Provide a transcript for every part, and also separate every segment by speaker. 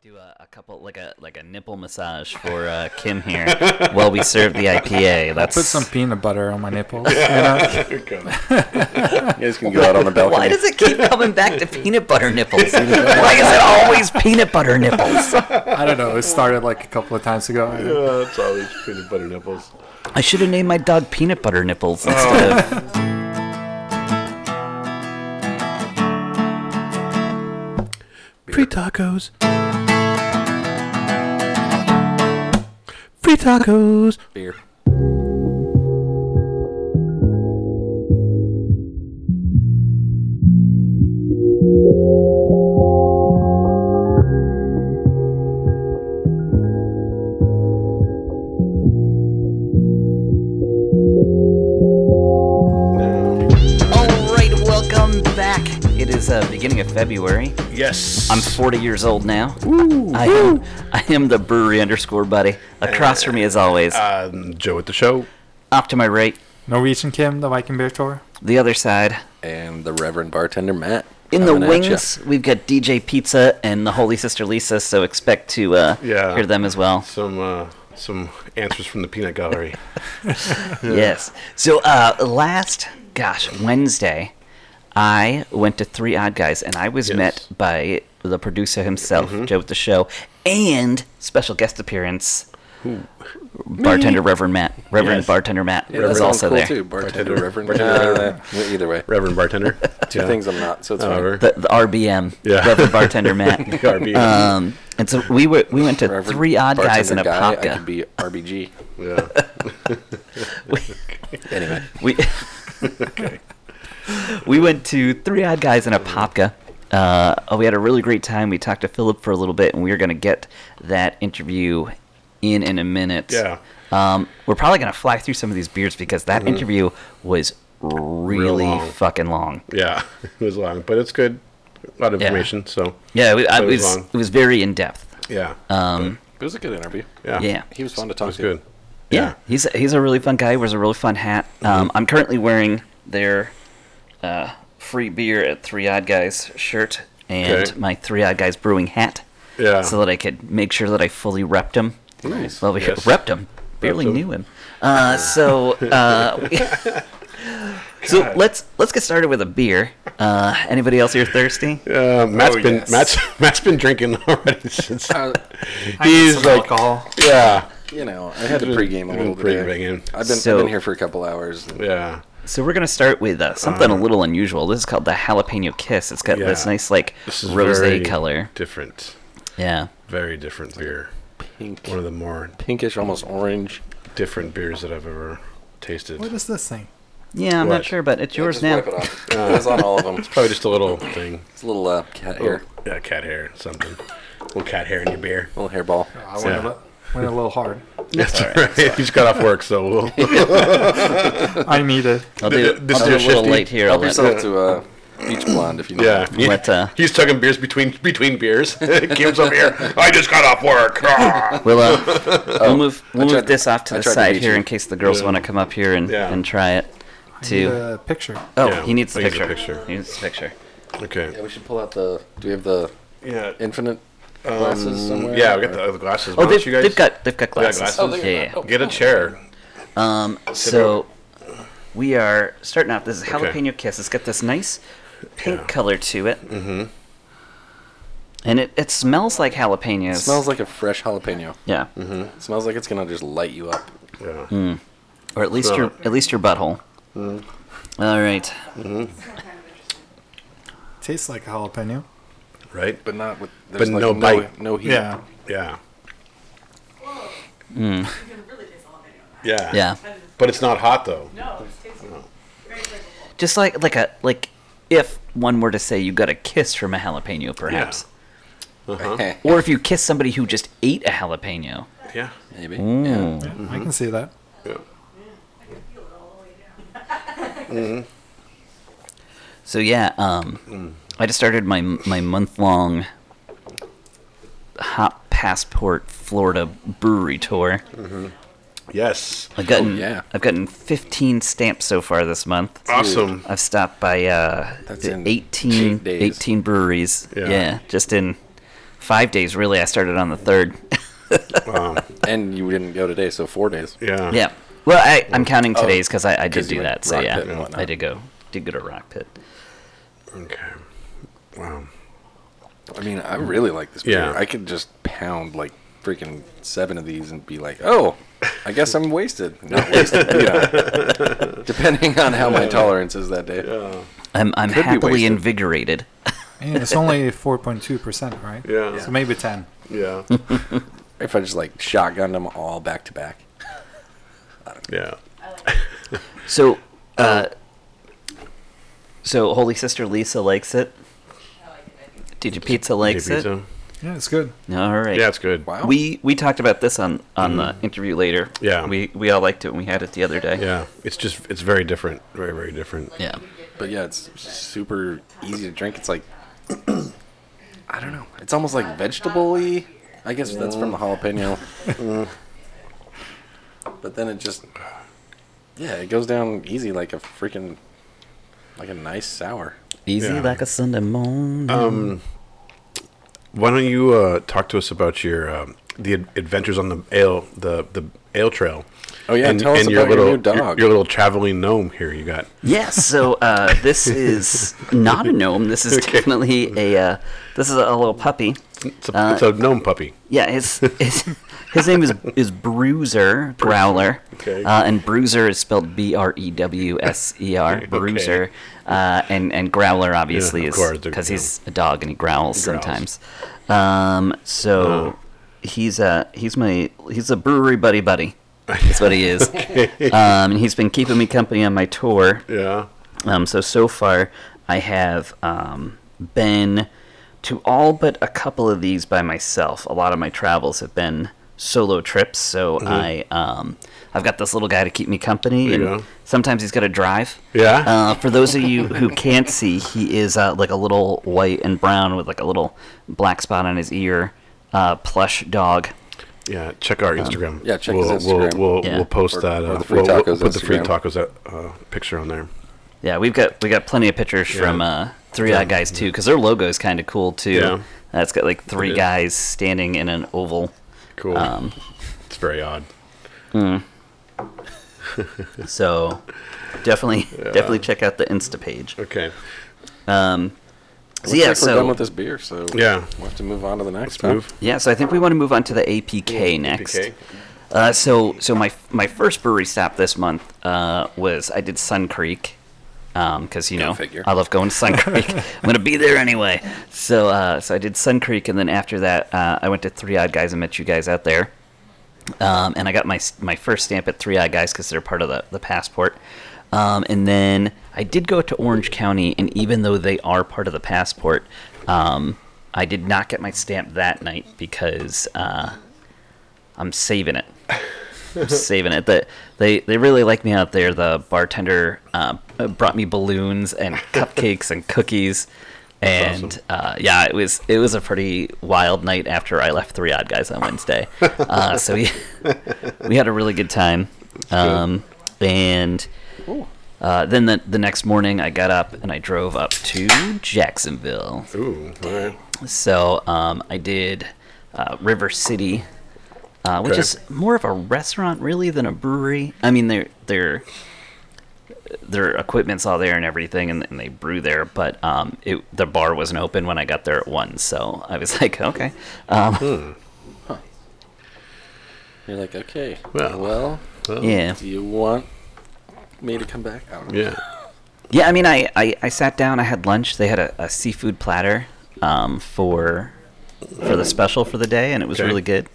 Speaker 1: Do a, a couple like a like a nipple massage for uh, Kim here while we serve the IPA. That's
Speaker 2: Put some peanut butter on my nipples. you know?
Speaker 3: There you go. you guys can go out on the balcony.
Speaker 1: Why does it keep coming back to peanut butter nipples? Why is it always peanut butter nipples?
Speaker 2: I don't know. It started like a couple of times ago.
Speaker 3: Uh, it's always peanut butter nipples.
Speaker 1: I should have named my dog peanut butter nipples
Speaker 2: Oh.
Speaker 1: instead of.
Speaker 4: Free tacos. Free tacos.
Speaker 1: Beer. All right, welcome back. It is uh, beginning of February.
Speaker 3: Yes.
Speaker 1: I'm 40 years old now. I am, I am the brewery underscore buddy. Across from me, as always,
Speaker 2: Uh,
Speaker 3: um, Joe at the show.
Speaker 1: off to my right,
Speaker 2: Norwegian Kim, the Viking Beer Tour.
Speaker 1: the other side.
Speaker 3: And the Reverend Bartender Matt.
Speaker 1: In the
Speaker 3: Coming at ya.
Speaker 1: wings, we've got DJ Pizza and the Holy Sister Lisa, so expect to uh,
Speaker 3: Yeah.
Speaker 1: hear them as well.
Speaker 3: Some uh, some answers from the peanut gallery.
Speaker 1: Yes. So uh, last, gosh, Wednesday, I went to Three Odd Guys, and I was
Speaker 3: Yes.
Speaker 1: met by the producer himself,
Speaker 5: Mm-hmm.
Speaker 1: Joe with the show, and special guest appearance, bartender Reverend Matt. Reverend
Speaker 3: Yes.
Speaker 1: Bartender Matt
Speaker 5: that
Speaker 1: was
Speaker 5: sounds
Speaker 1: also
Speaker 5: cool
Speaker 1: there.
Speaker 5: Too. Bartender,
Speaker 3: Bartender,
Speaker 5: reverend.
Speaker 3: bartender,
Speaker 5: Uh, either way,
Speaker 3: Reverend Bartender.
Speaker 5: two things I'm not. So it's fine.
Speaker 3: However,
Speaker 1: The, the RBM,
Speaker 3: Yeah.
Speaker 1: Reverend Bartender Matt.
Speaker 3: RBM.
Speaker 1: um, and so we were we went to
Speaker 5: Reverend
Speaker 1: Three Odd Guys and
Speaker 5: bartender
Speaker 1: a
Speaker 5: guy,
Speaker 1: Popka.
Speaker 5: I could be RBG.
Speaker 3: yeah.
Speaker 5: Anyway,
Speaker 1: We we went to Three Odd Guys and a Popka. Uh, oh, we had a really great time. We talked to Philip for a little bit, and we are going to get that interview in in a minute.
Speaker 3: Yeah. Mm-hmm.
Speaker 1: Um, we're probably going to fly through some of these beers because that interview was really
Speaker 3: long.
Speaker 1: fucking long.
Speaker 3: Yeah. It was long, but it's good. A lot of
Speaker 1: Yeah.
Speaker 3: information. So
Speaker 1: Yeah, it, I,
Speaker 3: It
Speaker 1: it
Speaker 3: was
Speaker 1: was
Speaker 3: long.
Speaker 1: it was very in depth.
Speaker 3: yeah.
Speaker 1: Um,
Speaker 5: it was a good interview.
Speaker 3: yeah.
Speaker 1: yeah.
Speaker 5: He was fun to
Speaker 3: It
Speaker 5: talk
Speaker 3: was
Speaker 5: to.
Speaker 3: good.
Speaker 1: Yeah, he's a, he's a really fun guy. Wears a really fun hat.
Speaker 3: Mm-hmm.
Speaker 1: Um, I'm currently wearing their uh, free beer at Three Odd Guys shirt and
Speaker 3: Okay.
Speaker 1: my Three Odd Guys brewing hat,
Speaker 3: Yeah.
Speaker 1: so that I could make sure that I fully repped him.
Speaker 3: Nice.
Speaker 1: Well, we
Speaker 3: Yes.
Speaker 1: repped him. Barely
Speaker 3: Repped him.
Speaker 1: knew him. Uh, so uh, we- so let's let's get started with a beer. Uh, anybody else here thirsty?
Speaker 3: Uh, Matt's
Speaker 2: Oh,
Speaker 3: been
Speaker 2: yes.
Speaker 3: Matt's Matt's been drinking already since.
Speaker 5: Uh,
Speaker 2: need
Speaker 3: He's
Speaker 2: some
Speaker 3: like-
Speaker 2: alcohol.
Speaker 3: yeah.
Speaker 5: you know, I had to
Speaker 3: Been-
Speaker 5: pregame a
Speaker 3: been
Speaker 5: little
Speaker 3: pregame in.
Speaker 5: bit. I've been
Speaker 1: So-
Speaker 5: I've been here for a couple hours. and
Speaker 3: Yeah.
Speaker 1: So we're gonna start with uh, something a little unusual. This is called the jalapeno kiss. It's got
Speaker 3: Uh-huh. Yeah.
Speaker 1: this nice like
Speaker 3: This is
Speaker 1: rose
Speaker 3: very
Speaker 1: color.
Speaker 3: Different.
Speaker 1: Yeah.
Speaker 3: Very different beer.
Speaker 5: Pink,
Speaker 3: One of the more
Speaker 5: pinkish, almost orange.
Speaker 3: different beers that I've ever tasted.
Speaker 2: What is this thing?
Speaker 1: Yeah, I'm
Speaker 3: What?
Speaker 1: not sure, but it's yours
Speaker 5: Just
Speaker 1: now.
Speaker 5: wipe it off. it was on all of them.
Speaker 3: Probably just a little thing. Oh,
Speaker 5: It's a little uh, cat hair,
Speaker 3: Yeah, cat hair, something. little cat hair in your beer.
Speaker 5: little hairball.
Speaker 2: I went, a,
Speaker 3: Yeah.
Speaker 2: li- went a little hard.
Speaker 3: That's all right. You just got off work, so we'll.
Speaker 2: I need it.
Speaker 1: I'll
Speaker 3: Th-
Speaker 1: do,
Speaker 3: th- this
Speaker 1: I'll do a
Speaker 3: is your
Speaker 1: little
Speaker 3: shifty?
Speaker 1: late here. I'll
Speaker 5: Help
Speaker 1: let-
Speaker 5: yourself to a beach blonde if you know.
Speaker 3: Yeah.
Speaker 1: What, uh,
Speaker 3: He's tugging beers between between beers. Kim's over here. I just got off work. Ah."
Speaker 1: we'll, uh, we'll move, we'll
Speaker 5: tried
Speaker 1: move
Speaker 5: to-
Speaker 1: this off to
Speaker 5: I
Speaker 1: the
Speaker 5: tried to
Speaker 1: side
Speaker 5: beat
Speaker 1: here
Speaker 5: you.
Speaker 1: in case the girls
Speaker 3: Yeah.
Speaker 1: want to come up here and,
Speaker 3: Yeah.
Speaker 1: and try it.
Speaker 2: I need
Speaker 1: To
Speaker 2: a picture.
Speaker 1: oh,
Speaker 3: Yeah,
Speaker 1: he needs the
Speaker 3: I need the
Speaker 1: picture.
Speaker 3: picture.
Speaker 1: He needs the picture. Oh,
Speaker 5: Yeah,
Speaker 3: okay.
Speaker 5: we should pull out the. Do we have the
Speaker 3: Yeah.
Speaker 5: infinite glasses somewhere?
Speaker 3: Um, yeah, we got the, the glasses. Why
Speaker 1: Oh,
Speaker 3: don't
Speaker 1: they've,
Speaker 3: you guys
Speaker 1: they've got they've got glasses.
Speaker 3: glasses? Oh,
Speaker 5: they-
Speaker 1: yeah, yeah.
Speaker 5: oh.
Speaker 3: get a chair.
Speaker 1: So we are starting out. This is
Speaker 3: Okay.
Speaker 1: jalapeno kiss. It's got this nice pink
Speaker 3: Yeah.
Speaker 1: color to it. Mm-hmm. And it, it smells like jalapenos.
Speaker 5: It smells like a fresh jalapeno.
Speaker 1: yeah,
Speaker 3: Mm-hmm.
Speaker 5: It smells like it's gonna just light you up.
Speaker 3: Yeah.
Speaker 1: Hmm. or at least
Speaker 3: Yeah.
Speaker 1: your at least your butthole.
Speaker 3: Mm-hmm.
Speaker 1: All right.
Speaker 2: Tastes like a jalapeno.
Speaker 3: Right.
Speaker 5: but not with
Speaker 3: But
Speaker 5: there's like
Speaker 3: no
Speaker 5: no
Speaker 3: bite.
Speaker 5: no heat.
Speaker 2: Yeah.
Speaker 3: Yeah.
Speaker 6: You
Speaker 7: Hmm.
Speaker 6: can really taste all of it.
Speaker 3: Yeah.
Speaker 1: Yeah.
Speaker 3: But it's not hot though.
Speaker 6: No, it's tasty. Very flavorful.
Speaker 1: Just like like a like if one were to say you got a kiss from a jalapeno perhaps.
Speaker 3: Uh-huh.
Speaker 1: Or if you kiss somebody who just ate a jalapeno.
Speaker 3: Yeah.
Speaker 5: Maybe.
Speaker 3: Mm-hmm.
Speaker 2: I can see that.
Speaker 3: Yeah.
Speaker 6: I can feel it all the way down.
Speaker 1: So yeah, um
Speaker 5: Mm.
Speaker 1: I just started my my month long hop passport Florida brewery tour.
Speaker 3: Yes.
Speaker 1: I've gotten
Speaker 5: Oh, yeah.
Speaker 1: I've gotten 15 stamps so far this month.
Speaker 3: Awesome.
Speaker 1: I've stopped by uh,
Speaker 5: That's
Speaker 1: the
Speaker 5: in
Speaker 1: 18,
Speaker 5: eight days.
Speaker 1: 18 breweries.
Speaker 3: Yeah.
Speaker 1: Yeah. just in five days really. I started on the third.
Speaker 3: Wow.
Speaker 5: And you didn't go today, so four days.
Speaker 3: Um, Yeah.
Speaker 1: yeah. Well, I, I'm counting today's because I, I did
Speaker 5: oh, 'cause you
Speaker 1: do
Speaker 5: went
Speaker 1: that. So
Speaker 5: Rock
Speaker 1: yeah,
Speaker 5: Pit and whatnot.
Speaker 1: I did go did go to Rock Pit.
Speaker 3: Okay. Wow.
Speaker 5: I mean, I really like this
Speaker 3: Yeah.
Speaker 5: beer. I could just pound like freaking seven of these and be like, oh, I guess I'm wasted. Not wasted, you know. Depending on how my tolerance is that day.
Speaker 3: Yeah.
Speaker 1: I'm I'm
Speaker 5: Could be
Speaker 1: happily
Speaker 5: wasted.
Speaker 1: invigorated.
Speaker 2: And it's only 4.2%, right?
Speaker 3: Yeah.
Speaker 2: So maybe 10.
Speaker 3: Yeah.
Speaker 5: If I just like shotgunned them all back to back.
Speaker 3: Yeah.
Speaker 6: I like it.
Speaker 1: So, uh,
Speaker 5: Oh.
Speaker 1: so Holy Sister Lisa likes it.
Speaker 6: I like it. I think
Speaker 1: Did you pizza likes
Speaker 3: Hey,
Speaker 1: it?
Speaker 3: pizza.
Speaker 2: Yeah, it's good.
Speaker 1: All right.
Speaker 3: Yeah, it's good.
Speaker 5: Wow.
Speaker 1: We we talked about this on on
Speaker 5: Mm-hmm.
Speaker 1: the interview later.
Speaker 3: Yeah.
Speaker 1: We we all liked it and we had it the other day.
Speaker 3: Yeah. It's just it's very different. Very very different.
Speaker 1: Yeah.
Speaker 5: But yeah, it's super easy to drink. It's like I don't know. It's almost like vegetable-y. I guess that's from the jalapeno.
Speaker 1: Mm-hmm.
Speaker 5: but then it just yeah, it goes down easy like a freaking like a nice sour.
Speaker 1: Easy
Speaker 3: Yeah.
Speaker 1: like a Sunday morning.
Speaker 5: Oh.
Speaker 3: Why don't you uh, talk to us about your um, the ad- adventures on the ale the the ale trail?
Speaker 5: Oh, yeah, tell us about your
Speaker 3: little,
Speaker 5: new dog.
Speaker 3: Your, little traveling gnome here you got.
Speaker 1: Yes, so uh, this is not a gnome. This is definitely a uh, this is a little puppy.
Speaker 3: It's a, it's
Speaker 1: Uh,
Speaker 3: a gnome puppy.
Speaker 1: Yeah, his his, his name is is Bruiser Growler.
Speaker 3: Okay.
Speaker 1: Uh, and Bruiser is spelled B R E W S E R.
Speaker 3: Okay.
Speaker 1: Bruiser. Uh, and and Growler obviously
Speaker 3: Yeah, of
Speaker 1: is
Speaker 3: course, they're-
Speaker 1: because
Speaker 3: yeah.
Speaker 1: he's a dog and he growls,
Speaker 3: growls. Uh-huh.
Speaker 1: sometimes. Um, so he's uh he's my he's a brewery buddy buddy. That's what he is. Um, and he's been keeping me company on my tour.
Speaker 3: Yeah.
Speaker 1: Um, so so far, I have um, been to all but a couple of these by myself. A lot of my travels have been solo trips, so I um, I've got this little guy to keep me company,
Speaker 3: Mm-hmm. There you
Speaker 1: and
Speaker 3: go.
Speaker 1: sometimes he's got to drive.
Speaker 3: Yeah.
Speaker 1: Uh, for those of you who can't see, he is uh, like a little white and brown with like a little black spot on his ear, uh, plush dog.
Speaker 3: Yeah, check our Instagram.
Speaker 5: yeah, check
Speaker 3: we'll,
Speaker 5: his Instagram.
Speaker 3: We'll, we'll,
Speaker 1: Uh, Yeah.
Speaker 3: we'll post
Speaker 5: Or-
Speaker 3: that.
Speaker 5: or
Speaker 3: Uh,
Speaker 5: the free
Speaker 3: we'll, we'll
Speaker 5: tacos
Speaker 3: put the free
Speaker 5: Instagram.
Speaker 3: tacos uh, picture on there.
Speaker 1: Yeah, we've got we got plenty of pictures from uh, Three Eye Guys too, because their logo is kind of cool too.
Speaker 3: Yeah.
Speaker 1: Uh, it's got like three
Speaker 3: is.
Speaker 1: guys standing in an oval.
Speaker 3: Cool.
Speaker 1: Um,
Speaker 3: it's very odd.
Speaker 1: so definitely definitely check out the Insta page.
Speaker 3: Okay.
Speaker 1: So yeah,
Speaker 5: like we're done
Speaker 1: so
Speaker 5: with this beer, so
Speaker 3: Yeah.
Speaker 5: we'll have to move on to the
Speaker 3: Let's
Speaker 5: next huh?
Speaker 3: move.
Speaker 1: yeah, so I think we want to move on to the APK next.
Speaker 3: APK.
Speaker 1: Uh, so so my my first brewery stop this month uh, was I did Sun Creek because Um, you know
Speaker 5: figure.
Speaker 1: I love going to Sun Creek. I'm gonna be there anyway. So uh, so I did Sun Creek, and then after that uh, I went to Three Odd Guys and met you guys out there. Um, and I got my s- my first stamp at Three Eye Guys because they're part of the the passport. Um, and then I did go to Orange County, and even though they are part of the passport, um, I did not get my stamp that night because uh, I'm saving it. I'm saving it. That they they really like me out there. The bartender uh, brought me balloons and cupcakes and cookies. And uh, yeah, it was it was a pretty wild night after I left Three Odd Guys on Wednesday. uh, so we we had a really good time. Um, and uh, then the the next morning, I got up and I drove up to Jacksonville.
Speaker 3: Ooh. All right.
Speaker 1: So um, I did uh, River City, uh, which
Speaker 3: Okay.
Speaker 1: is more of a restaurant really than a brewery. I mean, their their their equipment's all there and everything, and, and they brew there. But um, it, the bar wasn't open when I got there at one, so I was like, okay, um,
Speaker 5: You're like, okay,
Speaker 3: Well.
Speaker 5: well,
Speaker 3: Oh.
Speaker 1: yeah,
Speaker 5: do you want me to come back? I don't know.
Speaker 3: Yeah.
Speaker 1: yeah. I mean, I, I I sat down, I had lunch. They had a, a seafood platter um, for for the special for the day, and it was
Speaker 3: Okay.
Speaker 1: really good.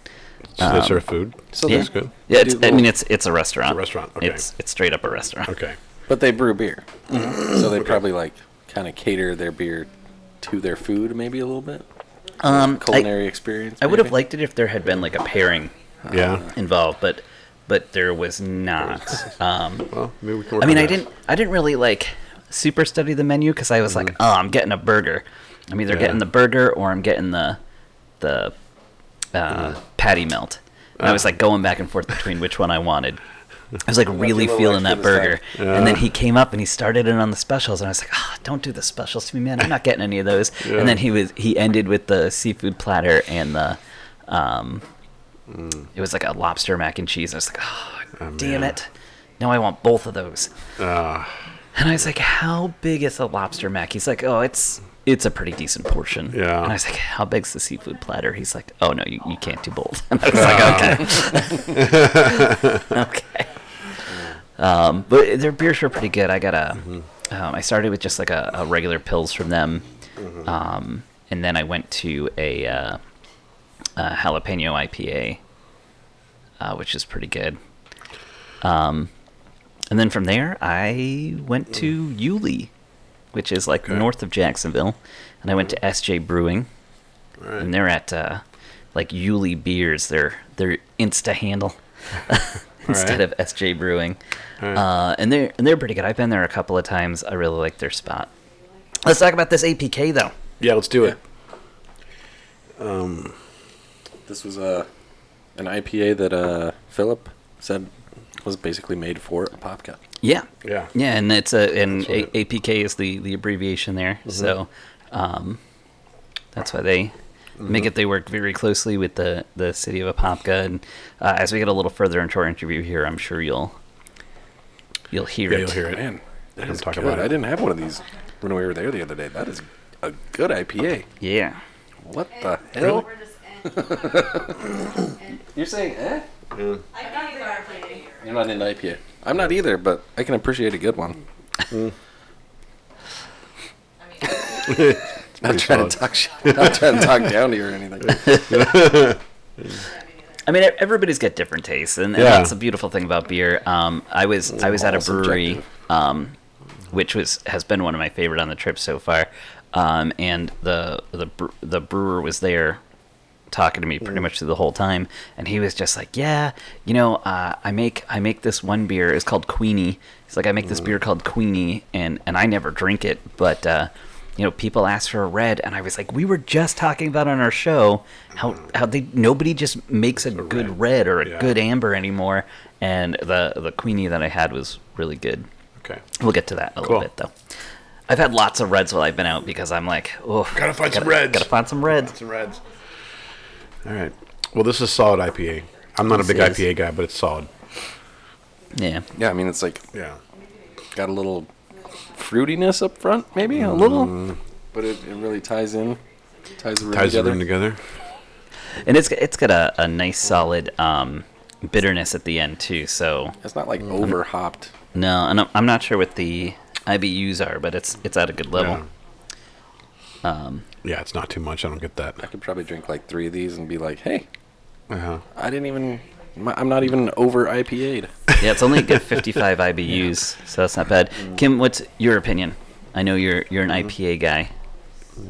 Speaker 3: So
Speaker 1: Um,
Speaker 3: they serve food. So
Speaker 1: yeah.
Speaker 3: that's good.
Speaker 1: Yeah, it's, I
Speaker 5: little-
Speaker 1: mean, it's it's a restaurant.
Speaker 3: restaurant, okay.
Speaker 1: It's it's straight up a restaurant.
Speaker 3: Okay.
Speaker 5: But they brew beer, so they probably like kind of cater their beer to their food, maybe a little bit.
Speaker 1: Um, I-
Speaker 5: Culinary experience.
Speaker 1: I would have
Speaker 5: maybe?
Speaker 1: liked it if there had been like a pairing
Speaker 3: Yeah.
Speaker 1: involved, but but there was not. Um,
Speaker 3: Well, maybe we can. Work
Speaker 1: I mean,
Speaker 3: on
Speaker 1: I
Speaker 3: that.
Speaker 1: didn't I didn't really like super study the menu because I was like, oh, I'm getting a burger. I'm either
Speaker 3: Yeah.
Speaker 1: getting the burger or I'm getting the the uh, patty melt. And I was like going back and forth between which one I wanted. I was like really
Speaker 5: little
Speaker 1: feeling that
Speaker 5: extra this time.
Speaker 1: burger. And then he came up and he started it on the specials, and I was like, "Ah, don't do the specials to me, man. I'm not getting any of those." And then he was he ended with the seafood platter and the, um, it was like a lobster mac and cheese. I was like, "Oh, damn
Speaker 3: man.
Speaker 1: it! Now I want both of those."
Speaker 3: Ah,
Speaker 1: And I was like, "How big is the lobster mac?" He's like, "Oh, it's." It's a pretty decent portion.
Speaker 3: Yeah.
Speaker 1: And I was like, "How big's the seafood platter?" He's like, "Oh no, you, you can't do both." And I was like, "Okay, okay." Um, but their beers were pretty good. I got a, um, I started with just like a, a regular pills from them, um, and then I went to a, uh, a jalapeno IPA, uh, which is pretty good. Um, and then from there, I went to Yulee, which is like north of Jacksonville, and I went to SJ Brewing, and they're at uh, like Yulee Beers, their their Insta handle. Instead
Speaker 3: right.
Speaker 1: of SJ Brewing,
Speaker 3: Alright.
Speaker 1: uh, and they're and they're pretty good. I've been there a couple of times. I really like their spot. Let's talk about this APK though.
Speaker 3: yeah, let's do it.
Speaker 5: This was uh, an IPA that uh, Philip said was basically made for a pop cup.
Speaker 1: Yeah,
Speaker 3: Yeah.
Speaker 1: yeah, and it's a and
Speaker 3: That's
Speaker 1: a,
Speaker 3: what Mm-hmm.
Speaker 1: APK is the the abbreviation there. So, um, that's why they
Speaker 3: Mm-hmm.
Speaker 1: make it. They work very closely with the the city of Apopka, and uh, as we get a little further into our interview here, I'm sure you'll you'll hear
Speaker 3: Yeah,
Speaker 1: it.
Speaker 3: you'll hear it.
Speaker 5: Man, that
Speaker 3: don't
Speaker 5: is
Speaker 3: talk
Speaker 5: good.
Speaker 3: about it.
Speaker 5: I didn't have one of these when we were there the other day. That is a good IPA.
Speaker 1: Yeah,
Speaker 5: What the
Speaker 6: Really?
Speaker 5: hell? You're saying, eh?
Speaker 6: I thought you were playing.
Speaker 5: You're not into IPA. I'm not either, but I can appreciate a good one.
Speaker 6: I mean,
Speaker 5: Not trying to talk shit. Not trying to talk down to you or anything.
Speaker 1: I mean, e, everybody's got different tastes, and, and
Speaker 3: Yeah.
Speaker 1: that's the beautiful thing about beer. Um, I was I was at a
Speaker 5: all
Speaker 1: brewery,
Speaker 5: subjective.
Speaker 1: um, which was has been one of my favorite on the trip so far, um, and the the bre- the brewer was there talking to me
Speaker 3: Mm.
Speaker 1: pretty much through the whole time, and he was just like, "Yeah, you know, uh, I make I make this one beer. It's called Queenie. He's like, I make this
Speaker 3: Mm.
Speaker 1: beer called Queenie, and and I never drink it, but." Uh, you know, people ask for a red, and I was like, we were just talking about on our show how how they nobody just makes a, good red,
Speaker 3: red.
Speaker 1: or a
Speaker 3: Yeah.
Speaker 1: good amber anymore, and the the Queenie that I had was really good.
Speaker 3: Okay.
Speaker 1: We'll get to that in a little
Speaker 3: Cool.
Speaker 1: bit though. I've had lots of reds while I've been out because I'm like, oh,
Speaker 3: Gotta find some reds.
Speaker 1: Gotta find some reds.
Speaker 3: Some reds. All right. Well, this is solid IPA. I'm not a big
Speaker 1: This is.
Speaker 3: IPA guy, but it's solid.
Speaker 1: Yeah,
Speaker 5: Yeah, I mean, it's like
Speaker 3: Yeah.
Speaker 5: got a little fruitiness up front, maybe a little, but it, it really ties in. Ties the room
Speaker 3: Ties
Speaker 5: together.
Speaker 3: the room together.
Speaker 1: and it's it's got a, a nice solid um, bitterness at the end too. So
Speaker 5: It's not like over hopped.
Speaker 1: no, and I'm, I'm not sure what the IBUs are, but it's it's at a good level.
Speaker 3: Yeah. Yeah, it's not too much. I don't get that.
Speaker 5: I could probably drink like three of these and be like, hey,
Speaker 3: Uh-huh.
Speaker 5: I didn't even. My, I'm not even over IPA'd.
Speaker 1: Yeah, it's only a good 55 IBUs, so that's not bad. Kim, what's your opinion? I know you're you're an
Speaker 2: Mm-hmm.
Speaker 1: IPA guy.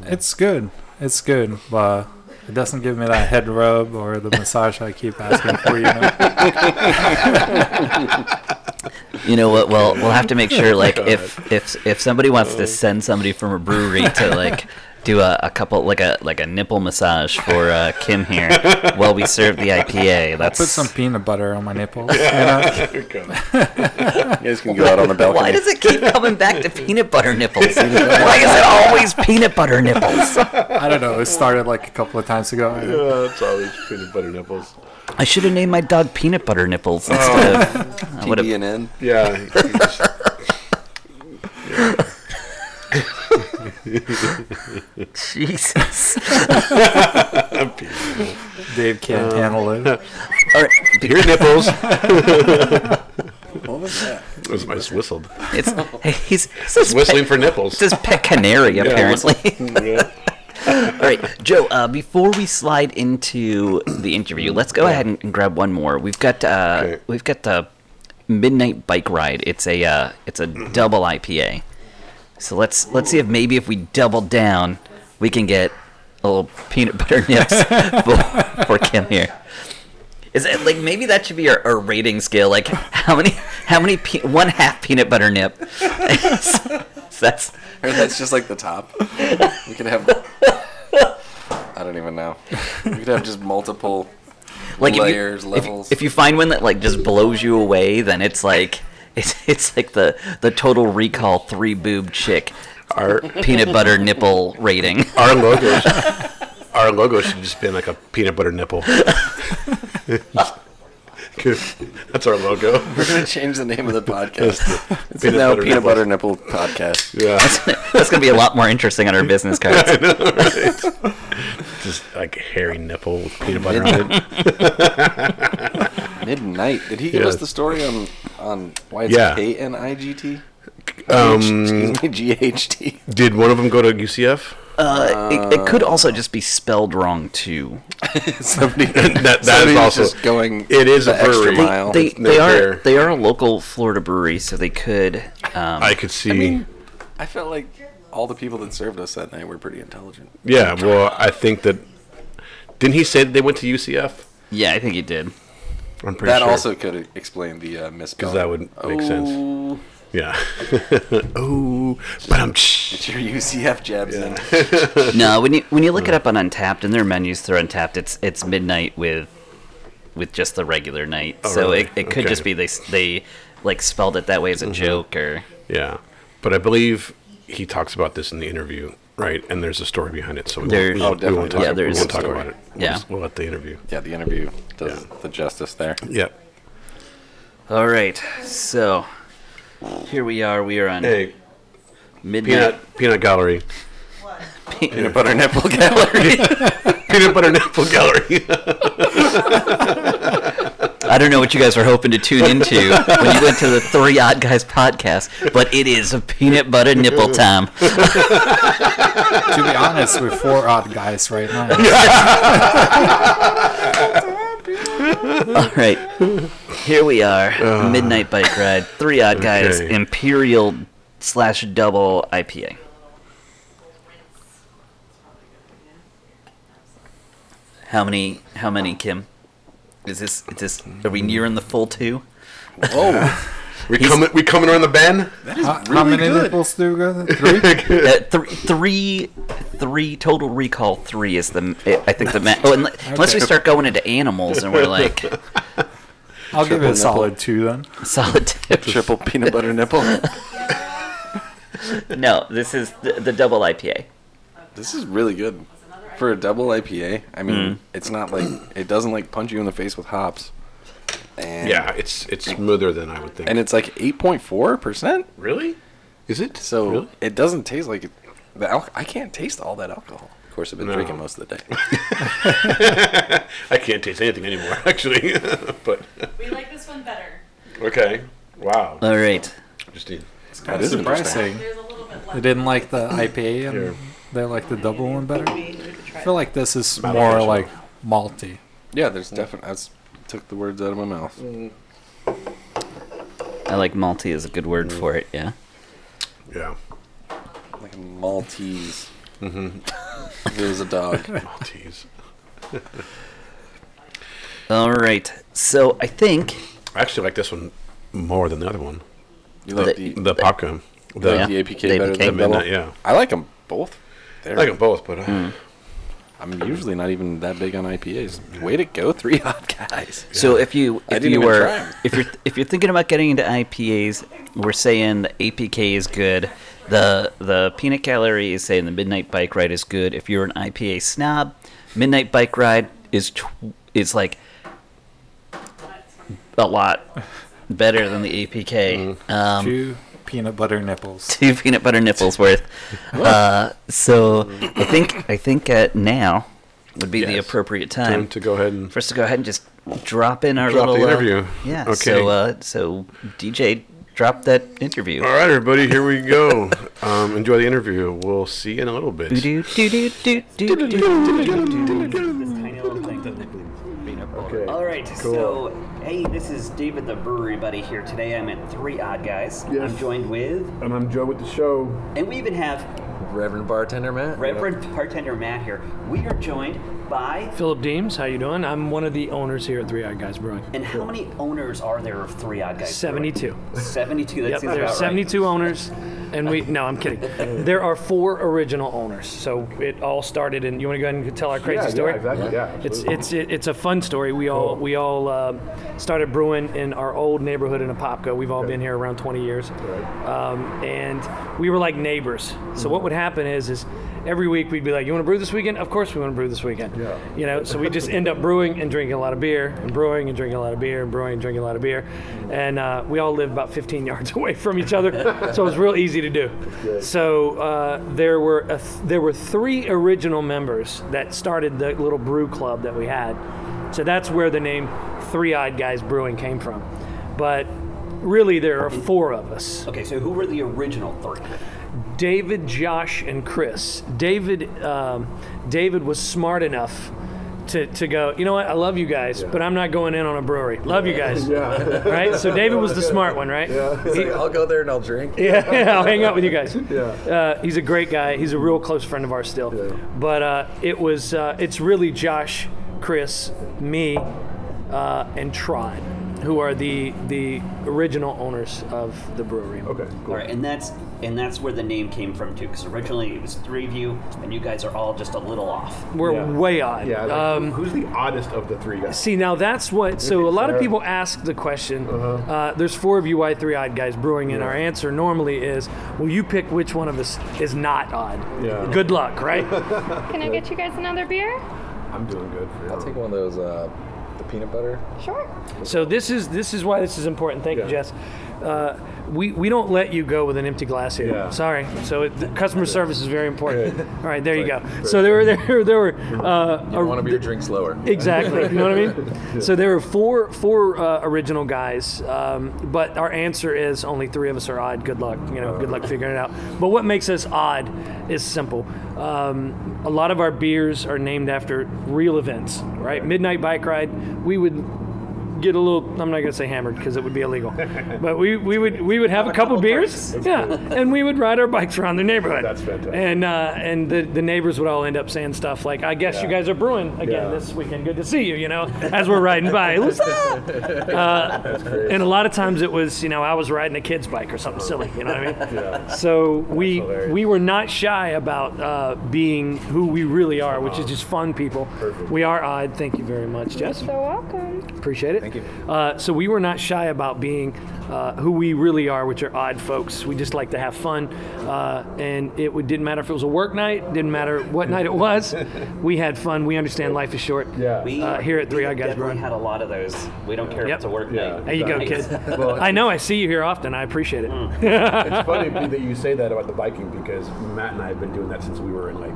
Speaker 2: It's good. It's good, but it doesn't give me that head rub or the massage I keep asking for. You
Speaker 1: You
Speaker 2: know?
Speaker 1: know what? Well, we'll have to make sure like if if if somebody wants
Speaker 2: Uh.
Speaker 1: to send somebody from a brewery to like do a, a couple like a like a nipple massage for uh, Kim here while we serve the IPA. That's
Speaker 2: Put some peanut butter on my nipples. You know?
Speaker 3: Here it comes.
Speaker 5: You guys can go out on the balcony.
Speaker 1: Why does it keep coming back to peanut butter nipples? Why is it always peanut butter nipples?
Speaker 2: I don't know. It started like a couple of times ago.
Speaker 3: Uh, it's always peanut butter nipples.
Speaker 1: I should have named my dog peanut butter nipples instead of uh, I would've-
Speaker 5: TBNN?
Speaker 3: Yeah. you just-
Speaker 1: Jesus.
Speaker 2: Dave can't handle it.
Speaker 1: All right,
Speaker 3: Here nipples.
Speaker 5: What was that?
Speaker 3: It was my whistled.
Speaker 1: It's hey, he's this is
Speaker 3: Whistling
Speaker 1: pet,
Speaker 3: for nipples.
Speaker 1: this is pet canary apparently.
Speaker 3: Yeah.
Speaker 1: All right, Joe. Uh, before we slide into the interview, let's go ahead and, and grab one more. We've got uh,
Speaker 3: Okay.
Speaker 1: we've got the midnight bike ride. It's a uh, it's a double IPA. So let's let's see if maybe if we double down, we can get a little peanut butter nips for, for Kim here. Is it like maybe that should be our, our rating scale? Like how many how many pe- one half peanut butter nip? that's
Speaker 5: Or that's just like the top. We could have. I don't even know. We could have just multiple
Speaker 1: Like
Speaker 5: Layers,
Speaker 1: if you,
Speaker 5: levels.
Speaker 1: If, if you find one that like just blows you away, then it's like it's it's like the the total recall three boob chick uh,
Speaker 3: Our
Speaker 1: peanut butter nipple rating.
Speaker 3: our logo, our logo should just been like a peanut butter nipple. That's our logo.
Speaker 5: We're gonna change the name of the podcast. it's
Speaker 3: Peanut
Speaker 5: now
Speaker 3: Butter
Speaker 5: Peanut
Speaker 3: Nipple.
Speaker 5: Butter Nipple Podcast.
Speaker 3: Yeah,
Speaker 1: That's gonna be a lot more interesting on our business cards.
Speaker 3: just like hairy nipple with peanut butter on it.
Speaker 5: Midnight. Did he give
Speaker 3: Yeah.
Speaker 5: us the story on on why it's
Speaker 3: Yeah.
Speaker 5: K N I G T?
Speaker 3: Um,
Speaker 5: Excuse me, G H T.
Speaker 3: did one of them go to UCF?
Speaker 1: Uh, it, it could also just be spelled wrong too.
Speaker 5: Somebody.
Speaker 3: That that
Speaker 5: somebody's
Speaker 3: is also
Speaker 5: just going.
Speaker 3: It is a
Speaker 5: the extra
Speaker 3: brewery.
Speaker 5: mile.
Speaker 1: They
Speaker 3: no
Speaker 1: they are
Speaker 3: fair.
Speaker 1: they are a local Florida brewery, so they could. Um,
Speaker 3: I could see.
Speaker 5: I felt like all the people that served us that night were pretty intelligent.
Speaker 3: yeah, well, I think that didn't he say that they went to UCF?
Speaker 1: yeah, I think it did.
Speaker 3: I'm pretty
Speaker 5: That
Speaker 3: sure.
Speaker 5: also could explain the uh, misspelling.
Speaker 3: that would make sense.
Speaker 5: Oh,
Speaker 3: yeah. oh, but I'm.
Speaker 5: It's your UCF jabs in.
Speaker 1: No, when you when you look it up on Untapped and their menus through Untapped, it's it's midnight with with just the regular night.
Speaker 5: Oh,
Speaker 1: so
Speaker 3: really?
Speaker 1: it, it could
Speaker 3: Okay.
Speaker 1: just be they s- they like spelled it that way as
Speaker 5: Mm-hmm.
Speaker 1: a joke or
Speaker 3: Yeah, but I believe he talks about this in the interview, right? And there's a story behind it, so we
Speaker 1: There's-
Speaker 3: won't, we
Speaker 1: Oh,
Speaker 3: won't- we won't talk,
Speaker 5: definitely.
Speaker 1: Yeah, there
Speaker 3: we
Speaker 1: is
Speaker 3: won't
Speaker 1: a
Speaker 3: talk
Speaker 5: story.
Speaker 3: about it. We'll
Speaker 1: Yeah.
Speaker 3: just- we'll let the interview.
Speaker 5: Yeah, the interview does
Speaker 3: Yeah.
Speaker 5: the justice there.
Speaker 3: Yeah.
Speaker 1: All right, so here we are. We are on
Speaker 3: Hey,
Speaker 1: midnight
Speaker 3: peanut peanut gallery,
Speaker 5: Peanut butter nipple gallery.
Speaker 3: peanut butter nipple gallery.
Speaker 1: I don't know what you guys were hoping to tune into when you went to the Three Odd Guys podcast, but it is a peanut butter nipple time.
Speaker 2: to be honest, we're four odd guys right now.
Speaker 1: All right, here we are. Midnight bike ride. Three Odd Guys
Speaker 3: Okay.
Speaker 1: Imperial slash Double IPA. How many? How many, Kim? Is this? Is this? Are we nearing the full two?
Speaker 5: oh,
Speaker 3: we coming, we coming around the bend.
Speaker 2: How, how many nipples do we go? Three?
Speaker 1: Uh, three, three, three. Total Recall three is the. I think the. Ma- oh, unless, unless we start going into animals and we're like
Speaker 2: I'll give it a
Speaker 5: nipple.
Speaker 2: solid two then.
Speaker 1: solid.
Speaker 5: triple peanut butter nipple.
Speaker 1: No, this is the, the double IPA.
Speaker 5: This is really good for a double IPA. I
Speaker 3: Mm.
Speaker 5: mean, it's not like it doesn't like punch you in the face with hops. And,
Speaker 3: Yeah, it's it's smoother than I would think.
Speaker 5: and it's like 8.4 percent.
Speaker 3: really, is it
Speaker 5: So
Speaker 3: Really?
Speaker 5: it doesn't taste like it. The al- I can't taste all that alcohol. Of course, I've been
Speaker 3: No.
Speaker 5: drinking most of the day.
Speaker 3: I can't taste anything anymore, actually. but
Speaker 6: We like this one better.
Speaker 3: okay, wow,
Speaker 1: All right.
Speaker 3: Justine.
Speaker 2: It's kind
Speaker 5: That
Speaker 2: of
Speaker 5: is interesting.
Speaker 2: surprising.
Speaker 6: There's a little bit
Speaker 2: They
Speaker 6: left.
Speaker 2: didn't like the IPA and
Speaker 3: Here.
Speaker 2: they like the double one better. I feel like this is
Speaker 3: Not
Speaker 2: more
Speaker 3: official.
Speaker 2: like malty.
Speaker 5: yeah, there's definitely. I s- took the words out of my mouth.
Speaker 3: Mm.
Speaker 1: I like malty is a good word for it. Yeah.
Speaker 3: Yeah,
Speaker 5: Like a Maltese. Mm-hmm. it was a dog.
Speaker 3: Oh, Maltese.
Speaker 1: All right. So I think
Speaker 3: I actually like this one more than the other one.
Speaker 5: You like
Speaker 1: The-
Speaker 5: the,
Speaker 3: The popcorn, the,
Speaker 5: the,
Speaker 1: Yeah.
Speaker 5: the APK
Speaker 1: The
Speaker 5: better
Speaker 1: APK.
Speaker 3: the
Speaker 5: than the double?
Speaker 3: midnight. Yeah,
Speaker 5: I like them both.
Speaker 3: I
Speaker 5: They're,
Speaker 3: like them both, but uh,
Speaker 5: Mm. I'm usually not even that big on IPAs. Way to go, three hot guys.
Speaker 1: so. If you
Speaker 5: I
Speaker 1: if
Speaker 5: didn't
Speaker 1: you
Speaker 5: even
Speaker 1: were
Speaker 5: try 'em.
Speaker 1: if you're if you're thinking about getting into IPAs, we're saying the APK is good. The the peanut gallery is saying the midnight bike ride is good. If you're an IPA snob, midnight bike ride is tw- is like a lot better than the
Speaker 5: Mm.
Speaker 1: APK. Um,
Speaker 2: Two peanut butter nipples.
Speaker 1: two peanut butter nipples worth. Uh, so I think I think uh, now would be the
Speaker 3: Yes.
Speaker 1: appropriate
Speaker 3: time
Speaker 1: time
Speaker 3: to go ahead and
Speaker 1: for us to go ahead and just drop in our
Speaker 3: Drop the
Speaker 1: little uh,
Speaker 3: interview.
Speaker 1: yeah.
Speaker 3: Okay.
Speaker 1: So uh, so DJ, drop that interview.
Speaker 3: All right, everybody, here we go. Um, enjoy the interview. We'll see you in a little bit.
Speaker 1: Do, do, do, do, do, do, do, do. All right, so hey, this is David the Brewery Buddy here. Today I'm at Three Odd Guys. I'm joined with,
Speaker 8: and I'm Joe with the show.
Speaker 1: and we even have
Speaker 5: Reverend bartender Matt.
Speaker 1: Reverend Bartender Matt here. We are joined by
Speaker 7: Philip Deems, how you doing? I'm one of the owners here at Three Eyed Guys Brewing.
Speaker 1: And how many owners are there of Three Odd Guys? Brewing?
Speaker 7: Seventy-two.
Speaker 1: 72. That
Speaker 7: Yep,
Speaker 1: seems
Speaker 7: there's
Speaker 1: about right.
Speaker 7: seventy-two owners, and we no, I'm kidding. There are four original owners, so it all started. And you want to go ahead and tell our crazy
Speaker 3: yeah,
Speaker 7: story?
Speaker 3: yeah, exactly. Yeah,
Speaker 7: It's
Speaker 3: absolutely.
Speaker 7: it's it, it's a fun story. We all we all uh, started brewing in our old neighborhood in Apopka. We've all been here around 20 years, um, and we were like neighbors. So what would happen is is every week we'd be like, "You want to brew this weekend? Of course we want to brew this weekend."
Speaker 3: Yeah.
Speaker 7: You know, so we just end up brewing and drinking a lot of beer, and brewing and drinking a lot of beer, and brewing and drinking a lot of beer, and uh, we all lived about 15 yards away from each other, so it was real easy to do. So uh, there were a th- there were three original members that started the little brew club that we had. So that's where the name Three Eyed Guys Brewing came from. But really, there are four of us.
Speaker 1: Okay, so who were the original three?
Speaker 7: David, Josh, and Chris. David, um, David was smart enough to, to go. You know what? I love you guys, but I'm not going in on a brewery. Love you guys,
Speaker 3: yeah.
Speaker 7: right? So David was the smart one, right?
Speaker 3: yeah.
Speaker 5: Like, I'll go there and I'll drink.
Speaker 7: Yeah, I'll hang out with you guys. Yeah.
Speaker 3: Yeah.
Speaker 7: Uh, he's a great guy. He's a real close friend of ours still.
Speaker 3: Yeah.
Speaker 7: But uh, it was uh, it's really Josh, Chris, me, uh, and Trot, who are the the original owners of the brewery.
Speaker 3: Okay. Cool.
Speaker 1: All right, and that's and that's where the name came from too, because originally it was three of you, and you guys are all just a little off.
Speaker 7: We're
Speaker 3: Yeah.
Speaker 7: way odd.
Speaker 3: Yeah. Like,
Speaker 7: Um,
Speaker 3: who's the oddest of the three guys?
Speaker 7: See, now that's what. So a lot of
Speaker 3: fair.
Speaker 7: people ask the question.
Speaker 3: Uh-huh.
Speaker 7: Uh, there's four of you, why three odd guys brewing, and our answer normally is, "Well, you pick which one of us is not odd.
Speaker 3: Yeah.
Speaker 7: Good luck, right?
Speaker 9: Can I get you guys another beer?
Speaker 3: I'm doing good. For
Speaker 5: I'll take one of those, uh, the peanut butter.
Speaker 9: Sure.
Speaker 7: so this is this is why this is important. Thank you,
Speaker 3: Yeah.
Speaker 7: Jess. Uh, we, we don't let you go with an empty glass here.
Speaker 3: Yeah.
Speaker 7: Sorry. So it, the customer service is very important.
Speaker 3: Good.
Speaker 7: All right, there you go. So there were there, there were uh,
Speaker 5: You want to be your drink slower.
Speaker 7: Exactly. You know what I mean? So there were four four uh, original guys, um, but our answer is only three of us are odd. Good luck. You know, good luck figuring it out. But what makes us odd is simple. Um, a lot of our beers are named after real events, right? Midnight bike ride. We would. Get a little. I'm not gonna say hammered because it would be illegal, but we, we would we would have a couple, beers, yeah, and we would ride our bikes around the neighborhood.
Speaker 3: That's fantastic.
Speaker 7: And uh, and the, the neighbors would all end up saying stuff like, "I guess you guys are brewing again
Speaker 3: Yeah.
Speaker 7: this weekend. Good to see you." You know, as we're riding by, what's up? Uh, and a lot of times it was, you know, I was riding a kid's bike or something silly. You know what I mean? So we
Speaker 3: hilarious.
Speaker 7: we were not shy about uh, being who we really are, which is just fun people. We are odd. Thank you very much, Jess.
Speaker 9: So welcome.
Speaker 7: Appreciate it. Thank you. Uh, so we were not shy about being uh, who we really are, which are odd folks. We just like to have fun, uh, and it would, didn't matter if it was a work night, didn't matter what night it was. We had fun. We understand life is short.
Speaker 3: Yeah.
Speaker 1: We
Speaker 7: Uh, here at Three
Speaker 1: we
Speaker 7: Eyed Guys
Speaker 1: definitely
Speaker 7: Brewing.
Speaker 1: had a lot of those. We don't care
Speaker 7: Yep.
Speaker 1: if it's a work
Speaker 3: Yeah.
Speaker 1: night.
Speaker 7: There you go, kid.
Speaker 3: Nice.
Speaker 7: I know I see you here often. I appreciate it.
Speaker 3: It's funny that you say that about the biking because Matt and I have been doing that since we were in like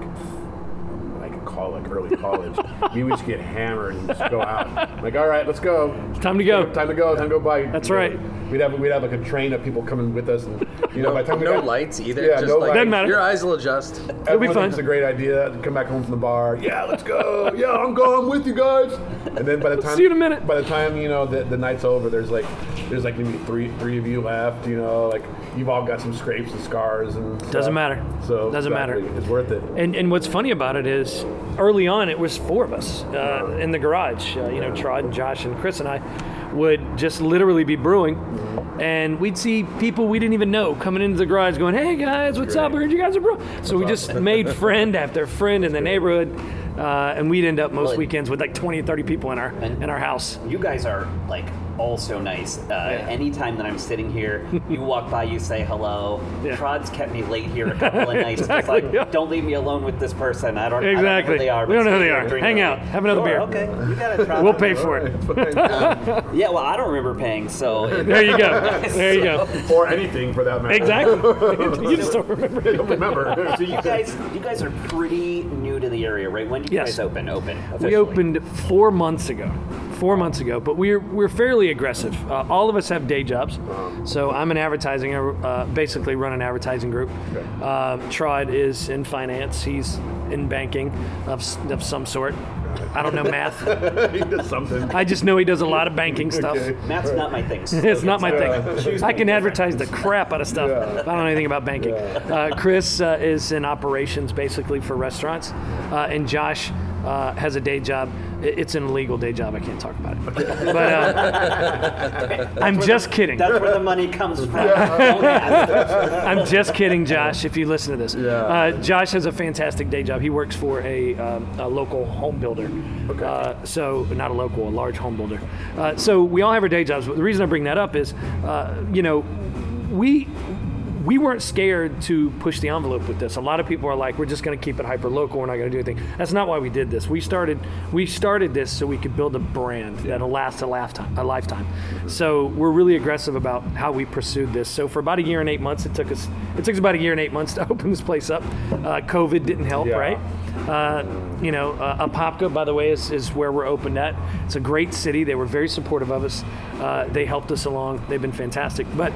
Speaker 3: like call like early college. we would just get hammered and just go out. Like, all right, let's go.
Speaker 7: Time to go.
Speaker 3: Time to go. Time to go bike.
Speaker 7: That's
Speaker 3: You know,
Speaker 7: right.
Speaker 3: We'd have we'd have like a train of people coming with us, and you know by the time we
Speaker 5: No
Speaker 3: got-
Speaker 5: lights either.
Speaker 3: Yeah,
Speaker 5: just
Speaker 3: no
Speaker 5: like,
Speaker 3: lights. Doesn't
Speaker 7: matter.
Speaker 5: Your eyes will adjust.
Speaker 3: It'll
Speaker 7: be fun.
Speaker 3: It's a great idea. Come back home from the bar. Yeah, let's go. Yeah, I'm going with you guys. And then by the time
Speaker 7: See you in a minute.
Speaker 3: By the time you know the, the night's over, there's like there's like maybe three three of you left. You know, like you've all got some scrapes and scars and stuff.
Speaker 7: Doesn't matter.
Speaker 3: So
Speaker 7: Doesn't matter.
Speaker 3: exactly, It's worth it.
Speaker 7: And, and what's funny about it is, early on, it was four of us uh, in the garage. Uh, you know, Trod and Josh and Chris and I would just literally be brewing, and we'd see people we didn't even know coming into the garage, going, "Hey guys, what's up? I heard you guys are brewing." So we just made friend after friend in the neighborhood, uh, and we'd end up most
Speaker 1: Well, it-
Speaker 7: weekends with like 20 or 30 people in our
Speaker 1: And-
Speaker 7: in our house.
Speaker 1: You guys are like all so nice. Uh, Anytime that I'm sitting here, you walk by, you say hello.
Speaker 7: Yeah.
Speaker 1: Trod's kept me late here a couple of nights. It's
Speaker 7: Exactly,
Speaker 1: like,
Speaker 7: yeah.
Speaker 1: don't leave me alone with this person. I don't, I don't know
Speaker 7: Exactly.
Speaker 1: who they are.
Speaker 7: We don't know who they are.
Speaker 1: Drink
Speaker 7: Hang
Speaker 1: with
Speaker 7: out.
Speaker 1: me.
Speaker 7: Have another
Speaker 1: Sure,
Speaker 7: beer.
Speaker 1: Okay, you got it, Trod.
Speaker 7: We'll pay for it.
Speaker 1: Yeah, well, I don't remember paying, so
Speaker 7: There you go. There you go.
Speaker 3: Or anything for that matter.
Speaker 7: Exactly. you just don't remember.
Speaker 3: I don't remember. So
Speaker 1: you guys, you guys are pretty new to the area, right? When did you
Speaker 7: Yes.
Speaker 1: guys open? Open. Officially?
Speaker 7: We opened four months ago. Four months ago, but we're we're fairly aggressive. Uh, all of us have day jobs, so I'm in advertising. I uh, basically run an advertising group. Uh, Trod is in finance. He's in banking of s- of some sort. I don't know math.
Speaker 3: he did something.
Speaker 7: I just know he does a lot of banking stuff.
Speaker 1: Math's not my thing. so
Speaker 7: It's not my
Speaker 1: Choose
Speaker 7: thing. I
Speaker 1: one
Speaker 7: can advertise the crap out of stuff.
Speaker 3: Yeah.
Speaker 7: But I don't know anything about banking.
Speaker 3: Yeah.
Speaker 7: Uh, Chris uh, is in operations basically for restaurants, uh, and Josh uh, has a day job. I- It's an illegal day job. I can't talk about it. But uh, I'm just kidding.
Speaker 9: That's where the money comes from. Don't ask.
Speaker 7: I'm just kidding, Josh. If you listen to this, uh, Josh has a fantastic day job. He works for a, um, a local home builder. Uh, so not a local, a large home builder. Uh, so we all have our day jobs. But the reason I bring that up is, uh, you know, we we weren't scared to push the envelope with this. A lot of people are like, we're just going to keep it hyper local. We're not going to do anything. That's not why we did this. We started we started this so we could build a brand that'll last a lifetime. A lifetime. So we're really aggressive about how we pursued this. So for about a year and eight months, it took us it took us about a year and eight months to open this place up. Uh, COVID didn't help, right? Uh, you know, uh, Apopka, by the way, is, is where we're open at. It's a great city. They were very supportive of us. Uh, they helped us along. They've been fantastic. But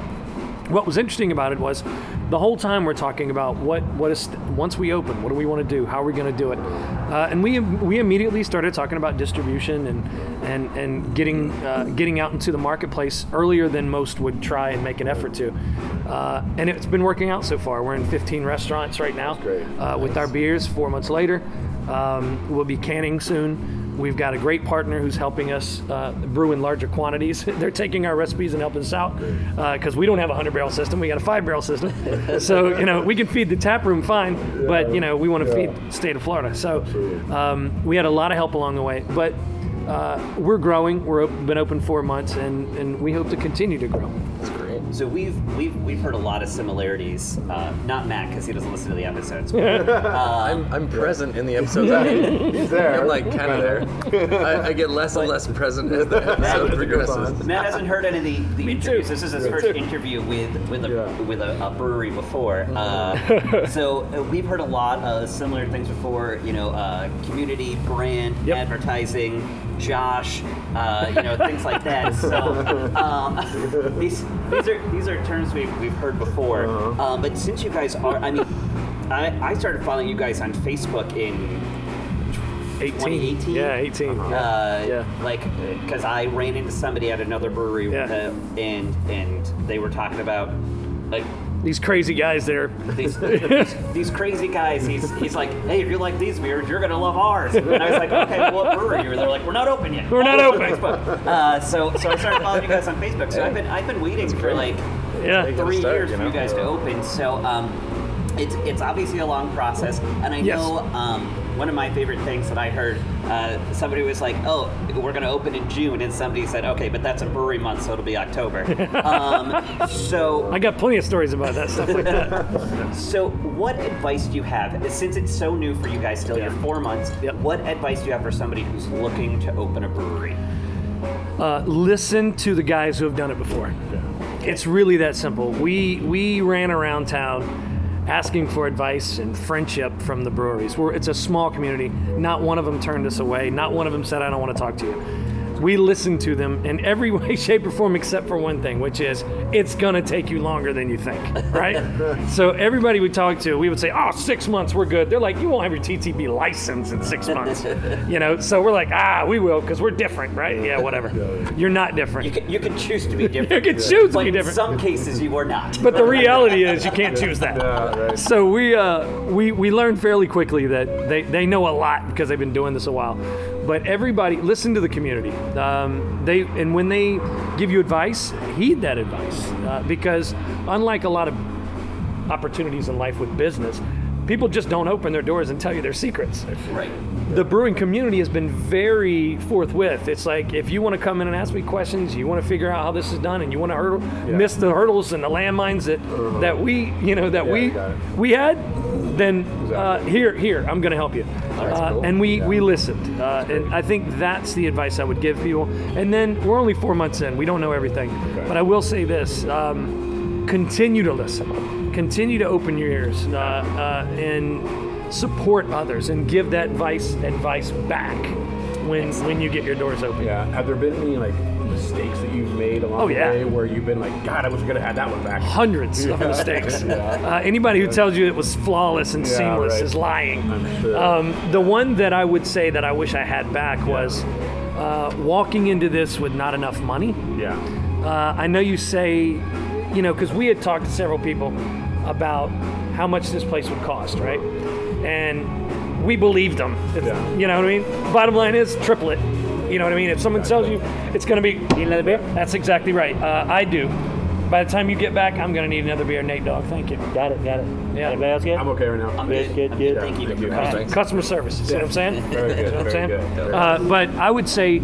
Speaker 7: what was interesting about it was the whole time we're talking about what what is once we open what do we want to do how are we going to do it uh, and we we immediately started talking about distribution and and and getting uh, getting out into the marketplace earlier than most would try and make an effort to uh, and it's been working out so far we're in 15 restaurants right now Uh, with our beers four months later um, we'll be canning soon We've got a great partner who's helping us uh, brew in larger quantities. They're taking our recipes and helping us out because we don't have a hundred barrel system. We got a five barrel system, so you know we can feed the tap room fine, but you know we want to feed the state of Florida. So um, we had a lot of help along the way, but uh, we're growing. We're op- been open four months, and, and we hope to continue to grow.
Speaker 9: So we've we've we've heard a lot of similarities. Uh, not Matt because he doesn't listen to the episodes. But,
Speaker 10: I'm, I'm present in the episodes. I,
Speaker 9: He's there.
Speaker 10: I'm like kind of there. I, I get less and less present as the episode progresses.
Speaker 9: Matt hasn't heard any of the, the interviews. This is his
Speaker 10: Me
Speaker 9: first
Speaker 10: too.
Speaker 9: interview with with a with a, a brewery before.
Speaker 10: Mm-hmm.
Speaker 9: Uh, so uh, we've heard a lot of similar things before. You know, uh, community, brand, advertising, Josh, uh, you know, things like that. So um, these these are these are terms we've we've heard before.
Speaker 10: Uh-huh.
Speaker 9: Um, but since you guys are, I mean, I, I started following you guys on Facebook in 2018?
Speaker 7: Yeah, 18.
Speaker 9: Uh, Like, because I ran into somebody at another brewery, uh, and and they were talking about like
Speaker 7: These crazy guys there.
Speaker 9: these, these, these crazy guys. He's he's like, hey, if you like these beers, you're gonna love ours. And I was like, okay, well, what brewery? And they're like, we're not open yet.
Speaker 7: We're not
Speaker 9: Oh,
Speaker 7: open.
Speaker 9: Facebook. Uh, so so I started following you guys on Facebook. So I've been I've been waiting for like
Speaker 7: Yeah.
Speaker 9: three
Speaker 7: Start,
Speaker 9: years
Speaker 7: you
Speaker 9: for
Speaker 7: know?
Speaker 9: you guys to open. So um, it's it's obviously a long process, and I
Speaker 7: Yes.
Speaker 9: know um, one of my favorite things that I heard. Uh, somebody was like, "Oh, we're going to open in June," and somebody said, "Okay, but that's a brewery month, so it'll be October." um, so
Speaker 7: I got plenty of stories about that stuff like that.
Speaker 9: so, what advice do you have? Since it's so new for you guys, still you're four months. What advice do you have for somebody who's looking to open a brewery?
Speaker 7: uh, listen to the guys who have done it before. It's really that simple. We we ran around town asking for advice and friendship from the breweries. We're, it's a small community. Not one of them turned us away. Not one of them said, "I don't want to talk to you." We listened to them in every way, shape, or form, except for one thing, which is it's gonna take you longer than you think, right? so everybody we talked to, we would say, "Oh, six months, we're good." They're like, "You won't have your TTB license in six months," you know. So we're like, "Ah, we will, because we're different, right? Yeah, whatever. You're not different.
Speaker 9: You can, you can choose to be different.
Speaker 7: You can choose to
Speaker 9: but
Speaker 7: be
Speaker 9: In
Speaker 7: different.
Speaker 9: some cases, you are not.
Speaker 7: But the reality is, you can't choose that. So we uh, we we learned fairly quickly that they they know a lot because they've been doing this a while. But everybody, listen to the community. Um, they and when they give you advice, heed that advice uh, because unlike a lot of opportunities in life with business, people just don't open their doors and tell you their secrets.
Speaker 9: Right.
Speaker 7: The brewing community has been very forthwith. It's like if you want to come in and ask me questions, you want to figure out how this is done, and you want to hurdle, miss the hurdles and the landmines that that we, you know, that
Speaker 10: Uh-huh. Yeah,
Speaker 7: we
Speaker 10: I got it.
Speaker 7: we had, then uh, here, here, I'm going to help you. Uh, And we, we listened. Uh, and I think that's the advice I would give people. And then we're only four months in, we don't know everything. But I will say this um, continue to listen, continue to open your ears, uh, uh, and support others and give that advice, advice back when, when you get your doors open.
Speaker 8: Yeah. Have there been any like mistakes that you've made along
Speaker 7: Oh, yeah.
Speaker 8: the way where you've been like, God, I wish I could have had that one back?
Speaker 7: Hundreds of
Speaker 8: Yeah.
Speaker 7: mistakes.
Speaker 8: Yeah.
Speaker 7: Uh, anybody who tells you it was flawless and
Speaker 8: Yeah,
Speaker 7: seamless
Speaker 8: right.
Speaker 7: is lying.
Speaker 8: I'm sure.
Speaker 7: Um, the one that I would say that I wish I had back was uh, walking into this with not enough money.
Speaker 8: Yeah.
Speaker 7: Uh, I know you say, you know, because we had talked to several people about how much this place would cost, right? And we believed them. If- You know what I mean? Bottom line is triplet. You know what I mean? If someone tells you it's going to be need another beer, that's exactly right. Uh, I do. By the time you get back, I'm going to need another beer, Nate Dog. Thank you. Got it. Got it. Yeah. Anybody else good?
Speaker 8: I'm okay right now.
Speaker 7: I'm good. Good. Good. Thank you. Uh, Customer service. You See what I'm saying?
Speaker 8: Very
Speaker 7: You
Speaker 8: good.
Speaker 7: know what
Speaker 8: very
Speaker 7: I'm saying?
Speaker 8: good. Very
Speaker 7: Uh, but I would say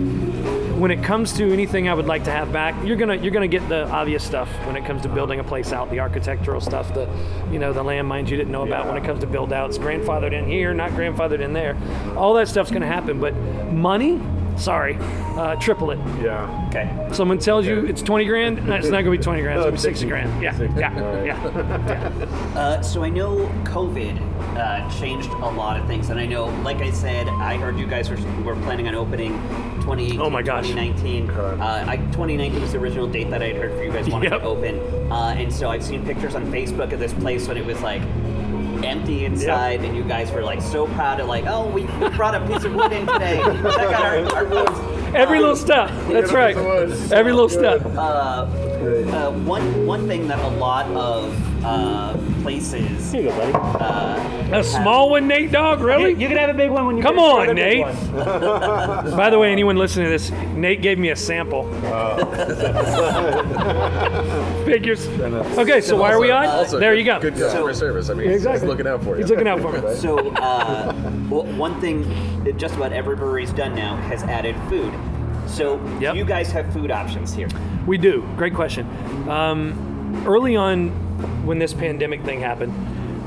Speaker 7: when it comes to anything I would like to have back, you're gonna you're gonna get the obvious stuff when it comes to building a place out, the architectural stuff, the you know the landmines you didn't know about when it comes to build outs, grandfathered in here, not grandfathered in there, all that stuff's gonna happen. But money, sorry, uh, triple it.
Speaker 8: Yeah.
Speaker 7: Okay. Someone tells you it's twenty grand, no, it's not gonna be twenty grand, it's
Speaker 8: Oh,
Speaker 7: gonna be sixty grand. Yeah, yeah,
Speaker 9: Alright.
Speaker 7: yeah.
Speaker 9: Uh, so I know COVID uh, changed a lot of things, and I know, like I said, I heard you guys were, were planning on opening 2018, oh my gosh. 2019. Uh, I, 2019 was the original date that I had heard for you guys wanting
Speaker 7: Yep.
Speaker 9: to open, uh, and so I've seen pictures on Facebook of this place when it was like empty inside, and you guys were like so proud of like, oh, we we brought a piece of wood in today. Check out our, our woods.
Speaker 7: Every little step. That's right. Every little step.
Speaker 9: Uh, uh, one one thing that a lot of uh, places. Here you go, buddy. Uh,
Speaker 7: A small one, Nate Dog, really?
Speaker 9: You can have a big one when
Speaker 7: Come on, Nate. By the way, anyone listening to this, Nate gave me a sample.
Speaker 9: Oh.
Speaker 7: Figures. Okay, so why are we on? there you go.
Speaker 10: Good customer service. I mean,
Speaker 7: Yeah,
Speaker 10: he's-
Speaker 7: exactly.
Speaker 10: he's looking out for you.
Speaker 7: He's looking out for me.
Speaker 9: So, uh, w- one thing that just about every brewery's done now has added food. So, do you guys have food options here.
Speaker 7: We do. Great question. Um, early on, when this pandemic thing happened,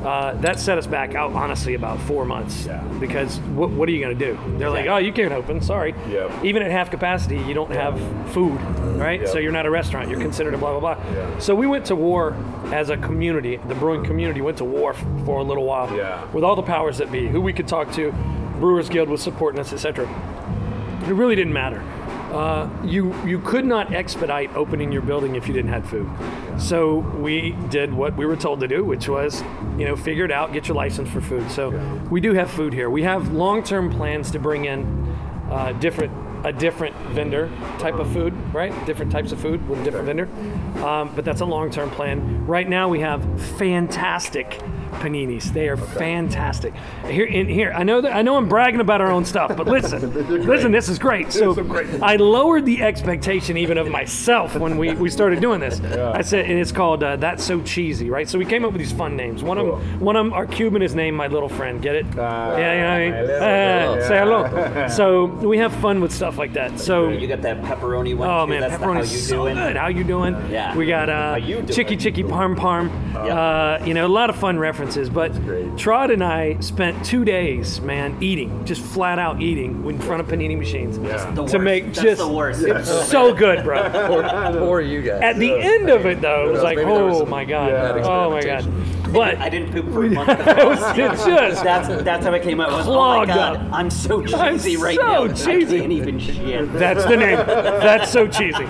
Speaker 7: uh, that set us back out honestly about four months because what, what are you going to do? They're like, oh, you can't open. Sorry. Even at half capacity, you don't have food, right? So you're not a restaurant. You're considered a blah blah blah. So we went to war as a community. The brewing community went to war f- for a little while with all the powers that be, who we could talk to. Brewers Guild was supporting us, etc. It really didn't matter. Uh, you you could not expedite opening your building if you didn't have food. So we did what we were told to do, which was, you know, figure it out, get your license for food. So we do have food here. We have long-term plans to bring in uh, different a different vendor type of food, right? Different types of food with a different vendor, um, but that's a long-term plan. Right now we have fantastic paninis. They are fantastic. Here, in here, I know that I know I'm bragging about our own stuff, but listen, listen, this is great. So I lowered the expectation even of myself when we, we started doing this. I said, and it's called uh, that's so cheesy, right? So we came up with these fun names. One of them, one of 'em- our Cuban is named my little friend. Get it? yeah, you know what I mean.
Speaker 9: hello.
Speaker 7: Uh, say hello. so we have fun with stuff like that. So
Speaker 9: You got that pepperoni one.
Speaker 7: Oh
Speaker 9: too.
Speaker 7: man,
Speaker 9: That's the
Speaker 7: pepperoni's
Speaker 9: how you
Speaker 7: so
Speaker 9: doing.
Speaker 7: good. How you doing?
Speaker 9: Yeah.
Speaker 7: We got uh, chicky chicky parm parm. Uh, you know, a lot of fun references. But Trod and I spent two days, man, eating, just flat out eating in front of panini machines
Speaker 9: the
Speaker 7: to
Speaker 9: worst.
Speaker 7: make
Speaker 9: That's
Speaker 7: just
Speaker 9: the worst.
Speaker 7: It's so good, bro.
Speaker 10: Poor- poor you guys.
Speaker 7: At the
Speaker 10: Yeah.
Speaker 7: end of it, though, it was
Speaker 10: knows?
Speaker 7: like,
Speaker 10: Maybe there was
Speaker 7: oh
Speaker 10: some
Speaker 7: my god,
Speaker 10: bad
Speaker 7: oh my god. But
Speaker 9: I didn't poop for a month.
Speaker 7: it's just
Speaker 9: that's that's how it came out. Was,
Speaker 7: clogged
Speaker 9: oh my God,
Speaker 7: up.
Speaker 9: I'm so
Speaker 7: I'm
Speaker 9: cheesy right
Speaker 7: so
Speaker 9: now.
Speaker 7: cheesy.
Speaker 9: I can't even shit.
Speaker 7: That's the name. That's so cheesy.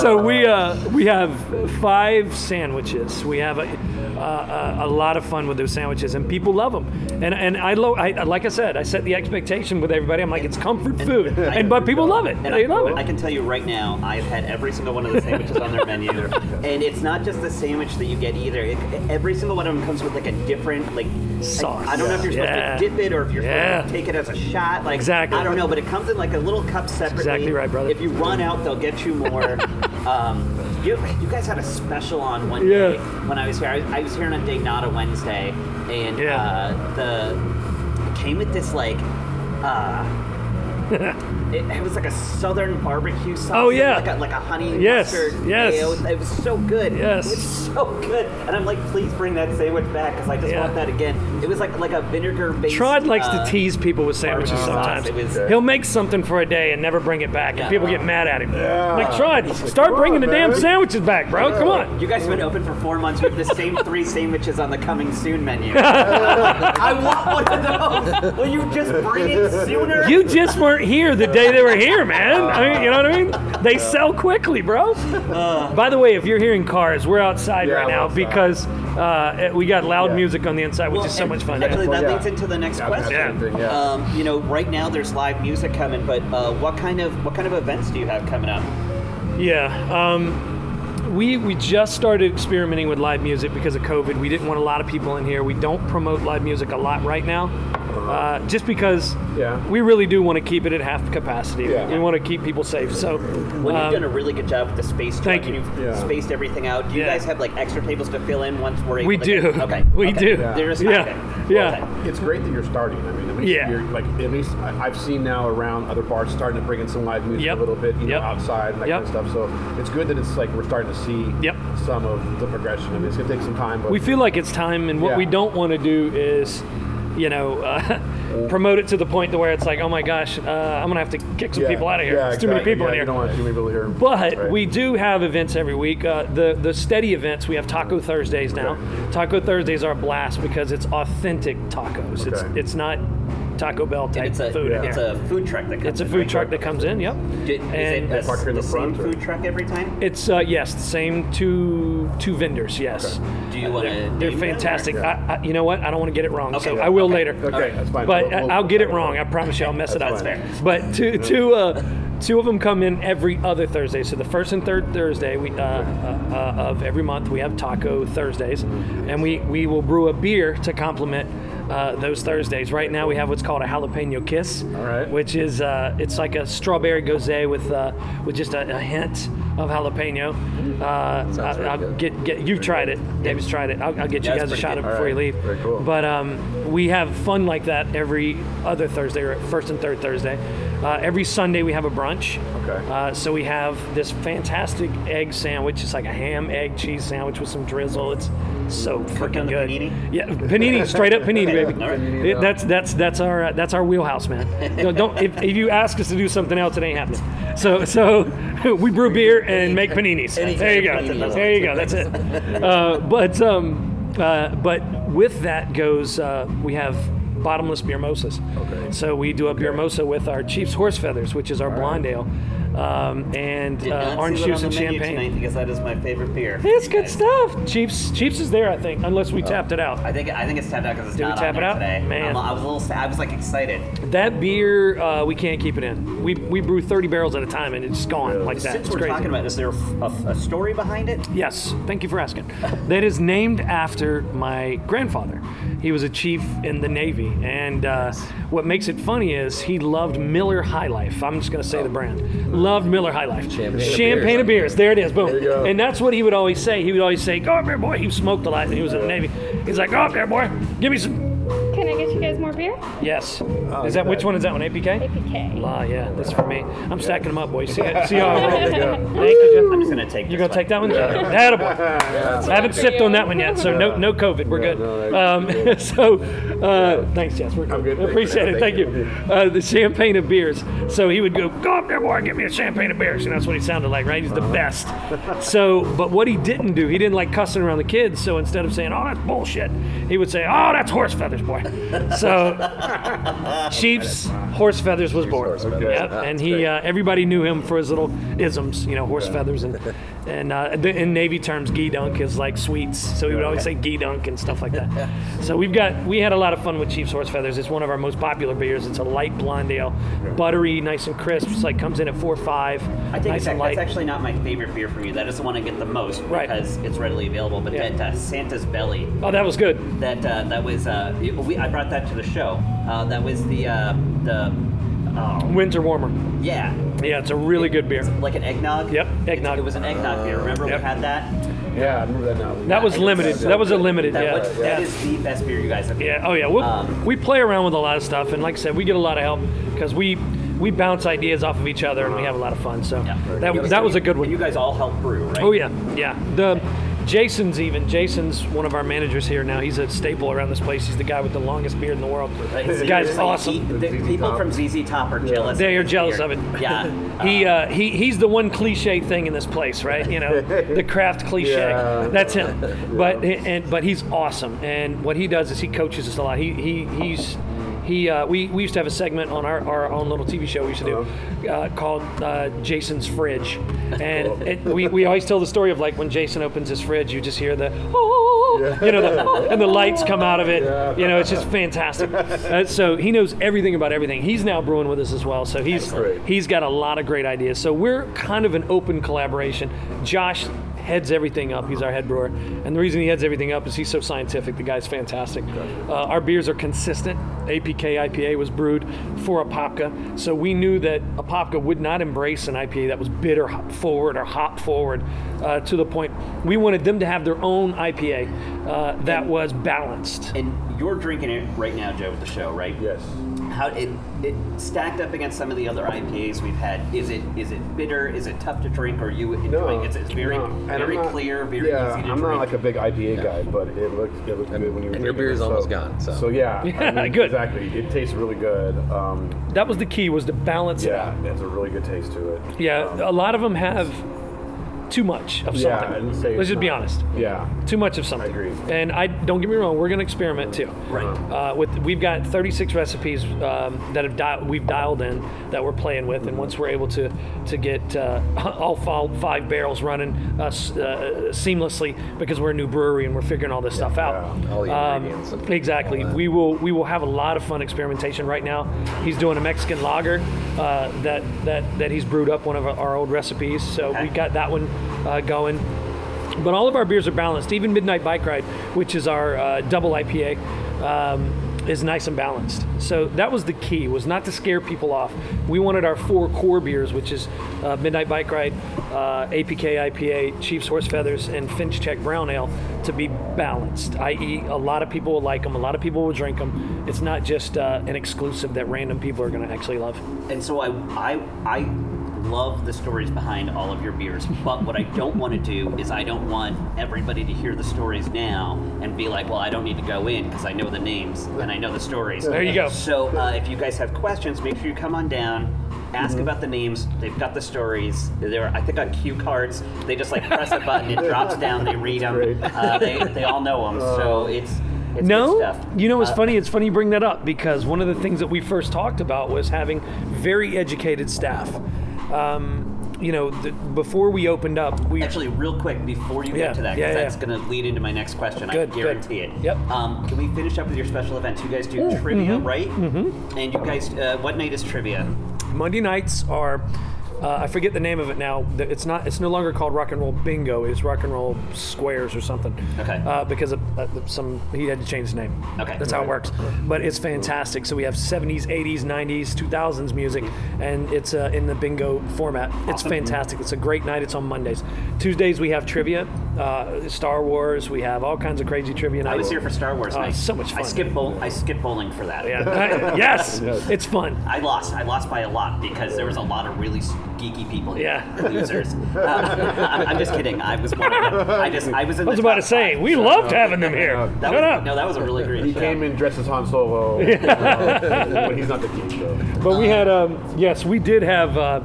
Speaker 7: So we uh, we have five sandwiches. We have a, uh, a lot of fun with those sandwiches, and people love them. And and I, lo- I like I said, I set the expectation with everybody. I'm like, it's comfort food,
Speaker 9: I-
Speaker 7: and but people love it.
Speaker 9: And
Speaker 7: They
Speaker 9: I,
Speaker 7: love it.
Speaker 9: I can tell you right now, I've had every single one of the sandwiches on their menu, and it's not just the sandwich that you get either. It, every single one of them comes with like a different like
Speaker 7: Sauce.
Speaker 9: I, I don't know if you're supposed
Speaker 7: Yeah.
Speaker 9: to dip it or if you're
Speaker 7: Yeah.
Speaker 9: supposed to take it as a shot. Like
Speaker 7: Exactly.
Speaker 9: I don't know, but it comes in like a little cup separately.
Speaker 7: exactly right, brother.
Speaker 9: If you run out, they'll get you more. um, you, you guys had a special on one
Speaker 7: Yeah.
Speaker 9: day when I was here. I, I was here on a Dignata Wednesday, and uh, the it came with this like. Uh, it, it was like a southern barbecue sauce.
Speaker 7: Oh, yeah.
Speaker 9: like a, like a honey
Speaker 7: Yes,
Speaker 9: mustard.
Speaker 7: yes.
Speaker 9: mayo. It was, it was so good.
Speaker 7: Yes.
Speaker 9: it was so good. And I'm like, please bring that sandwich back because I just want that again. It was like like a vinegar based.
Speaker 7: Trod likes
Speaker 9: uh,
Speaker 7: to tease people with sandwiches
Speaker 9: barbecue sauce.
Speaker 7: sometimes.
Speaker 9: It was-
Speaker 7: He'll make something for a day and never bring it back,
Speaker 9: Yeah.
Speaker 7: and people get mad at him.
Speaker 9: Yeah.
Speaker 7: Like Trod, start
Speaker 9: Come
Speaker 7: bringing
Speaker 9: on,
Speaker 7: the damn
Speaker 9: man.
Speaker 7: sandwiches back, bro. Come on.
Speaker 9: You guys have been open for four months. You have the same three sandwiches on the coming soon menu. I want one of those. Will you just bring it sooner?
Speaker 7: You just weren't here the day they were here, man. I mean, you know what I mean? They sell quickly, bro. By the way, if you're hearing cars, we're outside right
Speaker 9: Uh. we're
Speaker 7: now
Speaker 9: outside.
Speaker 7: because uh, we got loud music on the inside, which
Speaker 9: Well,
Speaker 7: is so
Speaker 9: and
Speaker 7: much fun.
Speaker 9: Actually, that leads into the next
Speaker 7: that's
Speaker 9: question.
Speaker 7: the same thing, yeah.
Speaker 9: Um, you know, right now there's live music coming, but uh, what kind of what kind of events do you have coming up?
Speaker 7: Yeah. Um, we, we just started experimenting with live music because of COVID. We didn't want a lot of people in here. We don't promote live music a lot right now.
Speaker 9: Uh-huh.
Speaker 7: uh, just because we really do want to keep it at half capacity. We want to keep people safe. So
Speaker 9: Well,
Speaker 7: um,
Speaker 9: you've done a really good job with the space.
Speaker 7: thank
Speaker 9: truck,
Speaker 7: you.
Speaker 9: And you've
Speaker 7: Yeah.
Speaker 9: spaced everything out. Do you guys have like extra tables to fill in once we're able
Speaker 7: We
Speaker 9: to
Speaker 7: do.
Speaker 9: Get, okay.
Speaker 7: We
Speaker 9: okay.
Speaker 7: do.
Speaker 9: They're just
Speaker 7: Yeah.
Speaker 9: okay.
Speaker 7: Yeah.
Speaker 8: It's great that you're starting. I mean, at least
Speaker 7: Yeah.
Speaker 8: you're like at least I, I've seen now around other bars starting to bring in some live music a little bit, you know, outside and that kind of stuff. So it's good that it's like we're starting to see some of the progression. I mean, it's gonna take some time, but
Speaker 7: we feel like it's time, and what we don't want to do is, you know, uh, promote it to the point to where it's like, oh my gosh, uh, I'm gonna have to kick some
Speaker 8: Yeah,
Speaker 7: people out of here.
Speaker 8: yeah,
Speaker 7: There's too many
Speaker 8: exactly.
Speaker 7: people
Speaker 8: Yeah,
Speaker 7: in here.
Speaker 8: You don't want too many people here.
Speaker 7: But
Speaker 8: Right.
Speaker 7: we do have events every week. Uh, the the steady events we have Taco Thursdays now. Taco Thursdays are a blast because it's authentic tacos. It's
Speaker 9: Okay.
Speaker 7: it's not Taco Bell type
Speaker 9: It's a
Speaker 7: food. in
Speaker 9: it's
Speaker 7: there.
Speaker 9: a food truck that comes.
Speaker 7: It's a
Speaker 9: in,
Speaker 7: food
Speaker 9: right?
Speaker 7: truck that comes in. Yep.
Speaker 9: Did, is
Speaker 7: And-
Speaker 9: it a, the, same food truck every time?
Speaker 7: It's uh, yes, the same two two vendors. Yes.
Speaker 9: Do you want to?
Speaker 7: Uh, They're fantastic. I, I, you know what? I don't want to get it wrong, so
Speaker 9: Okay.
Speaker 7: I will later.
Speaker 9: Okay, that's fine.
Speaker 7: But
Speaker 9: We'll- we'll-
Speaker 7: I'll get it wrong. I promise you, I'll mess it up.
Speaker 9: That's fine. That's fair.
Speaker 7: But two, two, uh, two of them come in every other Thursday. So the first and third Thursday we, uh, uh, uh, of every month we have Taco Thursdays, and we we will brew a beer to complement. Uh, those Thursdays. Right now, we have what's called a jalapeno kiss, which is uh, it's like a strawberry gose with uh, with just a, a hint of jalapeno. Uh, I, I'll get, get you've tried it. David's tried it. I'll, I'll get
Speaker 9: Yeah,
Speaker 7: you guys
Speaker 9: it's
Speaker 7: a
Speaker 9: pretty
Speaker 7: shot of
Speaker 9: good.
Speaker 7: it before you
Speaker 9: Alright.
Speaker 7: leave. Very cool. But um, we have fun like that every other Thursday, or first and third Thursday. Uh, every Sunday we have a brunch. Okay. Uh, so we have this fantastic egg sandwich. It's like a ham, egg, cheese sandwich with some drizzle. It's so freaking good. Panini? Yeah, panini, straight up panini,
Speaker 9: Okay.
Speaker 7: baby.
Speaker 9: All right.
Speaker 7: It- that's that's that's our uh, that's our wheelhouse, man. No, don't if, if you ask us to do something else, it ain't happening. So so we brew beer and make paninis.
Speaker 9: Any
Speaker 7: There you go.
Speaker 9: kind of panini.
Speaker 7: There you go. That's it. Uh, but um, uh, but with that goes uh, we have bottomless beer mosas. Okay. So we do a beer mosa with our Chiefs horse feathers, which is our blonde ale, um, and
Speaker 9: Did
Speaker 7: uh,
Speaker 9: not
Speaker 7: orange
Speaker 9: see that
Speaker 7: juice
Speaker 9: on
Speaker 7: and
Speaker 9: the menu
Speaker 7: champagne.
Speaker 9: tonight because that is my favorite beer.
Speaker 7: It's good stuff. Chiefs Chiefs is there, I think, unless we
Speaker 9: Oh.
Speaker 7: tapped it out.
Speaker 9: I think I think it's tapped out because it's
Speaker 7: Did we
Speaker 9: not
Speaker 7: tap
Speaker 9: on
Speaker 7: it
Speaker 9: there
Speaker 7: out?
Speaker 9: today.
Speaker 7: Man.
Speaker 9: I'm- i was a little sad. I was like excited.
Speaker 7: That beer, uh, we can't keep it in. We, we brew 30 barrels at a time and it's gone like that.
Speaker 9: Since
Speaker 7: It's
Speaker 9: we're
Speaker 7: crazy.
Speaker 9: talking about, is there a, a- a story behind it?
Speaker 7: Yes, thank you for asking. that is named after my grandfather. He was a chief in the Navy, and uh, what makes it funny is he loved Miller High Life. I'm just going to say the brand. Loved Miller High Life. Oh. Champagne,
Speaker 10: of
Speaker 7: of beers. There it is. Boom. And that's what he would always say. He would always say, "Go up there, boy." He smoked a lot. He was in the Navy. He's like, "Go up there, boy. Give me some."
Speaker 11: Can I get you guys more beer?
Speaker 7: Yes. is that which one is that one? APK.
Speaker 11: APK.
Speaker 7: La, yeah, that's for me. I'm stacking them up, boys. See, see how I roll.
Speaker 11: There you go.
Speaker 7: Thank you, Jeff.
Speaker 9: I'm just gonna take.
Speaker 7: You're gonna take that one?
Speaker 9: Yeah.
Speaker 7: Attaboy. Haven't sipped on that one yet, so no, no COVID. We're good. Um, so, uh, thanks, Jess. We're good. Appreciate it. Thank you. Uh, the champagne of beers. So he would go, go up there, boy, get me a champagne of beers, and that's what he sounded like, right? He's the best. So, but what he didn't do, he didn't like cussing around the kids. So instead of saying, "Oh, that's bullshit," he would say, "Oh, that's horse feathers, boy." So Chiefs horse feathers was born. Yep. And he uh, everybody knew him for his little isms, you know, horse feathers and and uh, the- in Navy terms, gee dunk is like sweets. So he would always say gee dunk and stuff like that. so we've got we had a lot of fun with Chiefs horse feathers. It's one of our most popular beers. It's a light blonde ale, buttery, nice and crisp. It's like comes in at four five,
Speaker 9: I think
Speaker 7: nice
Speaker 9: it's,
Speaker 7: and
Speaker 9: act-
Speaker 7: light.
Speaker 9: that's actually not my favorite beer from you. That is the one I get the most because it's readily available. But that uh, Santa's Belly.
Speaker 7: Oh, that was good.
Speaker 9: That uh, that was. Uh, it- we, I brought that to the show. Uh, that was the uh, the. Oh,
Speaker 7: Winter warmer.
Speaker 9: yeah.
Speaker 7: Yeah, it's a really good beer.
Speaker 9: Like an eggnog. Yep,
Speaker 7: eggnog.
Speaker 9: It was an eggnog beer. Remember we had that.
Speaker 8: yeah, I remember that now.
Speaker 7: That was
Speaker 9: I know
Speaker 7: limited.
Speaker 9: so
Speaker 7: That was a
Speaker 9: good.
Speaker 7: limited.
Speaker 9: That
Speaker 7: yeah.
Speaker 9: was-
Speaker 7: Yeah.
Speaker 9: That is the best beer you guys have.
Speaker 7: Yeah. Oh yeah. We'll,
Speaker 9: Um,
Speaker 7: we play around with a lot of stuff, and like I said, we get a lot of help because we we bounce ideas off of each other, and we have a lot of fun. So that that was a good one.
Speaker 9: You guys all help brew, right?
Speaker 7: Oh yeah, yeah. The Jason's even Jason's one of our managers here now. He's a staple around this place. He's the guy with the longest beard in the world. The guy's
Speaker 9: Seriously,
Speaker 7: awesome.
Speaker 9: he- the people from ZZ Top are jealous.
Speaker 7: They are
Speaker 9: of
Speaker 7: jealous
Speaker 9: beer.
Speaker 7: of it.
Speaker 9: Yeah.
Speaker 7: He, uh, he he's the one cliche thing in this place, right? You know, the craft cliche.
Speaker 9: Yeah.
Speaker 7: That's him. But and but he's awesome. And what he does is he coaches us a lot. He he he's he uh, we, we used to have a segment on our, our own little TV show we used to
Speaker 9: Uh-huh.
Speaker 7: do uh, called uh, Jason's Fridge, and it, we, we always tell the story of like when Jason opens his fridge, you just hear the oh, you know, the, and the lights come out of it. You know, it's just fantastic. Uh, so he knows everything about everything. He's now brewing with us as well. So he's he's got a lot of great ideas. So we're kind of an open collaboration. Josh heads everything up. He's our head brewer, and the reason he heads everything up is he's so scientific. The guy's fantastic. Uh, our beers are consistent. APK IPA was brewed for a popka, so we knew that a popka would not embrace an IPA that was bitter hop forward or hop forward. Uh, to the point, we wanted them to have their own IPA uh, that was balanced.
Speaker 9: And you're drinking it right now, Joe, with the show, right?
Speaker 8: Yes.
Speaker 9: How it it stacked up against some of the other IPAs we've had. Is it is it bitter? Is it tough to drink? Or are you enjoying it? It's, it's very
Speaker 8: No, and I'm
Speaker 9: very
Speaker 8: not-
Speaker 9: clear, very
Speaker 8: yeah,
Speaker 9: easy to
Speaker 8: I'm
Speaker 9: drink.
Speaker 8: not like a big IPA guy, but it looked it looked good when you.
Speaker 10: and
Speaker 8: were
Speaker 10: your
Speaker 8: drinking
Speaker 10: beer's
Speaker 8: it, so-
Speaker 10: almost gone, so.
Speaker 8: So yeah,
Speaker 10: Yeah,
Speaker 8: good. Exactly, it tastes really good. Um,
Speaker 7: that was the key was to balance it
Speaker 8: yeah, it has a really good taste to it.
Speaker 7: Yeah, a lot of them have too much of
Speaker 8: Yeah,
Speaker 7: something.
Speaker 8: I'd say
Speaker 7: Let's
Speaker 8: it's
Speaker 7: just be
Speaker 8: not-
Speaker 7: honest.
Speaker 8: Yeah.
Speaker 7: Too much of something. I agree. And I don't get me wrong, we're going to experiment too. Right. Uh, with we've got 36 recipes um, that have di- we've dialed in that we're playing with, and once we're able to to get uh, all fol- five barrels running uh, s- uh, seamlessly because we're a new brewery and we're figuring all this stuff out.
Speaker 10: All the
Speaker 7: Um,
Speaker 10: ingredients and
Speaker 7: exactly.
Speaker 10: all that.
Speaker 7: We will we will have a lot of fun experimentation right now. He's doing a Mexican lager uh, that that that he's brewed up one of our old recipes. So we got that one uh, going. But all of our beers are balanced. Even Midnight Bike Ride, which is our uh, double IPA, um, is nice and balanced. So that was the key was not to scare people off. We wanted our four core beers, which is uh, Midnight Bike Ride, uh, APK IPA, Chief's Horse Feathers, and Finch Check Brown Ale, to be balanced. I.e., a lot of people will like them, a lot of people will drink them. It's not just uh, an exclusive that random people are going to actually love.
Speaker 9: And so I, I, I love the stories behind all of your beers, but what I don't want to do is I don't want everybody to hear the stories now and be like, well, I don't need to go in because I know the names and I know the stories.
Speaker 7: There you go.
Speaker 9: So uh, if you guys have questions, make sure you come on down. Ask about the names. They've got the stories. They're, I think, on cue cards. They just like press a button, it drops down. They read them. Uh, they, they all know them. So it's it's good
Speaker 7: no,
Speaker 9: stuff.
Speaker 7: you know it's
Speaker 9: Uh,
Speaker 7: funny. It's funny you bring that up because one of the things that we first talked about was having very educated staff. Um, you know, th- before we opened up, we
Speaker 9: actually real quick before you
Speaker 7: Yeah,
Speaker 9: get to that,
Speaker 7: yeah,
Speaker 9: because
Speaker 7: yeah.
Speaker 9: that's going to lead into my next question.
Speaker 7: Good, good.
Speaker 9: I guarantee it. Yep. Um, can we finish up with your special events? You guys do
Speaker 7: Ooh,
Speaker 9: trivia,
Speaker 7: mhm,
Speaker 9: right?
Speaker 7: mhm.
Speaker 9: And you guys, uh, what night is trivia?
Speaker 7: Monday nights are. Uh, I forget the name of it now. Th- It's not. It's no longer called Rock and Roll Bingo. It's Rock and Roll Squares or something. Okay. Uh, because of uh, some, he had to change his name. Okay. That's how it works. But it's fantastic. So we have 70s, 80s, 90s, 2000s music, and it's uh, in the bingo format. It's
Speaker 9: Awesome.
Speaker 7: fantastic. It's a great night. It's on Mondays. Tuesdays we have trivia, uh, Star Wars. We have all kinds of crazy trivia nights.
Speaker 9: I was here for Star Wars
Speaker 7: Oh,
Speaker 9: night.
Speaker 7: it's So much fun.
Speaker 9: I skipped bowl- I skipped bowling for that.
Speaker 7: Yeah. Yes. It's fun.
Speaker 9: I lost. I lost by a lot because there was a lot of really s- geeky people here.
Speaker 7: Yeah.
Speaker 9: Losers. Uh, I'm I'm just kidding. I was one of them. I just I was in
Speaker 7: I was
Speaker 9: the
Speaker 7: about
Speaker 9: top
Speaker 7: to say,
Speaker 9: five,
Speaker 7: we
Speaker 9: so-
Speaker 7: loved having them here.
Speaker 9: That
Speaker 7: Shut
Speaker 9: was,
Speaker 7: up.
Speaker 9: No, that was a really great
Speaker 8: He
Speaker 9: show.
Speaker 8: came in dressed as Han Solo, uh, but he's not the king though.
Speaker 7: But we had, um, yes, we did have uh,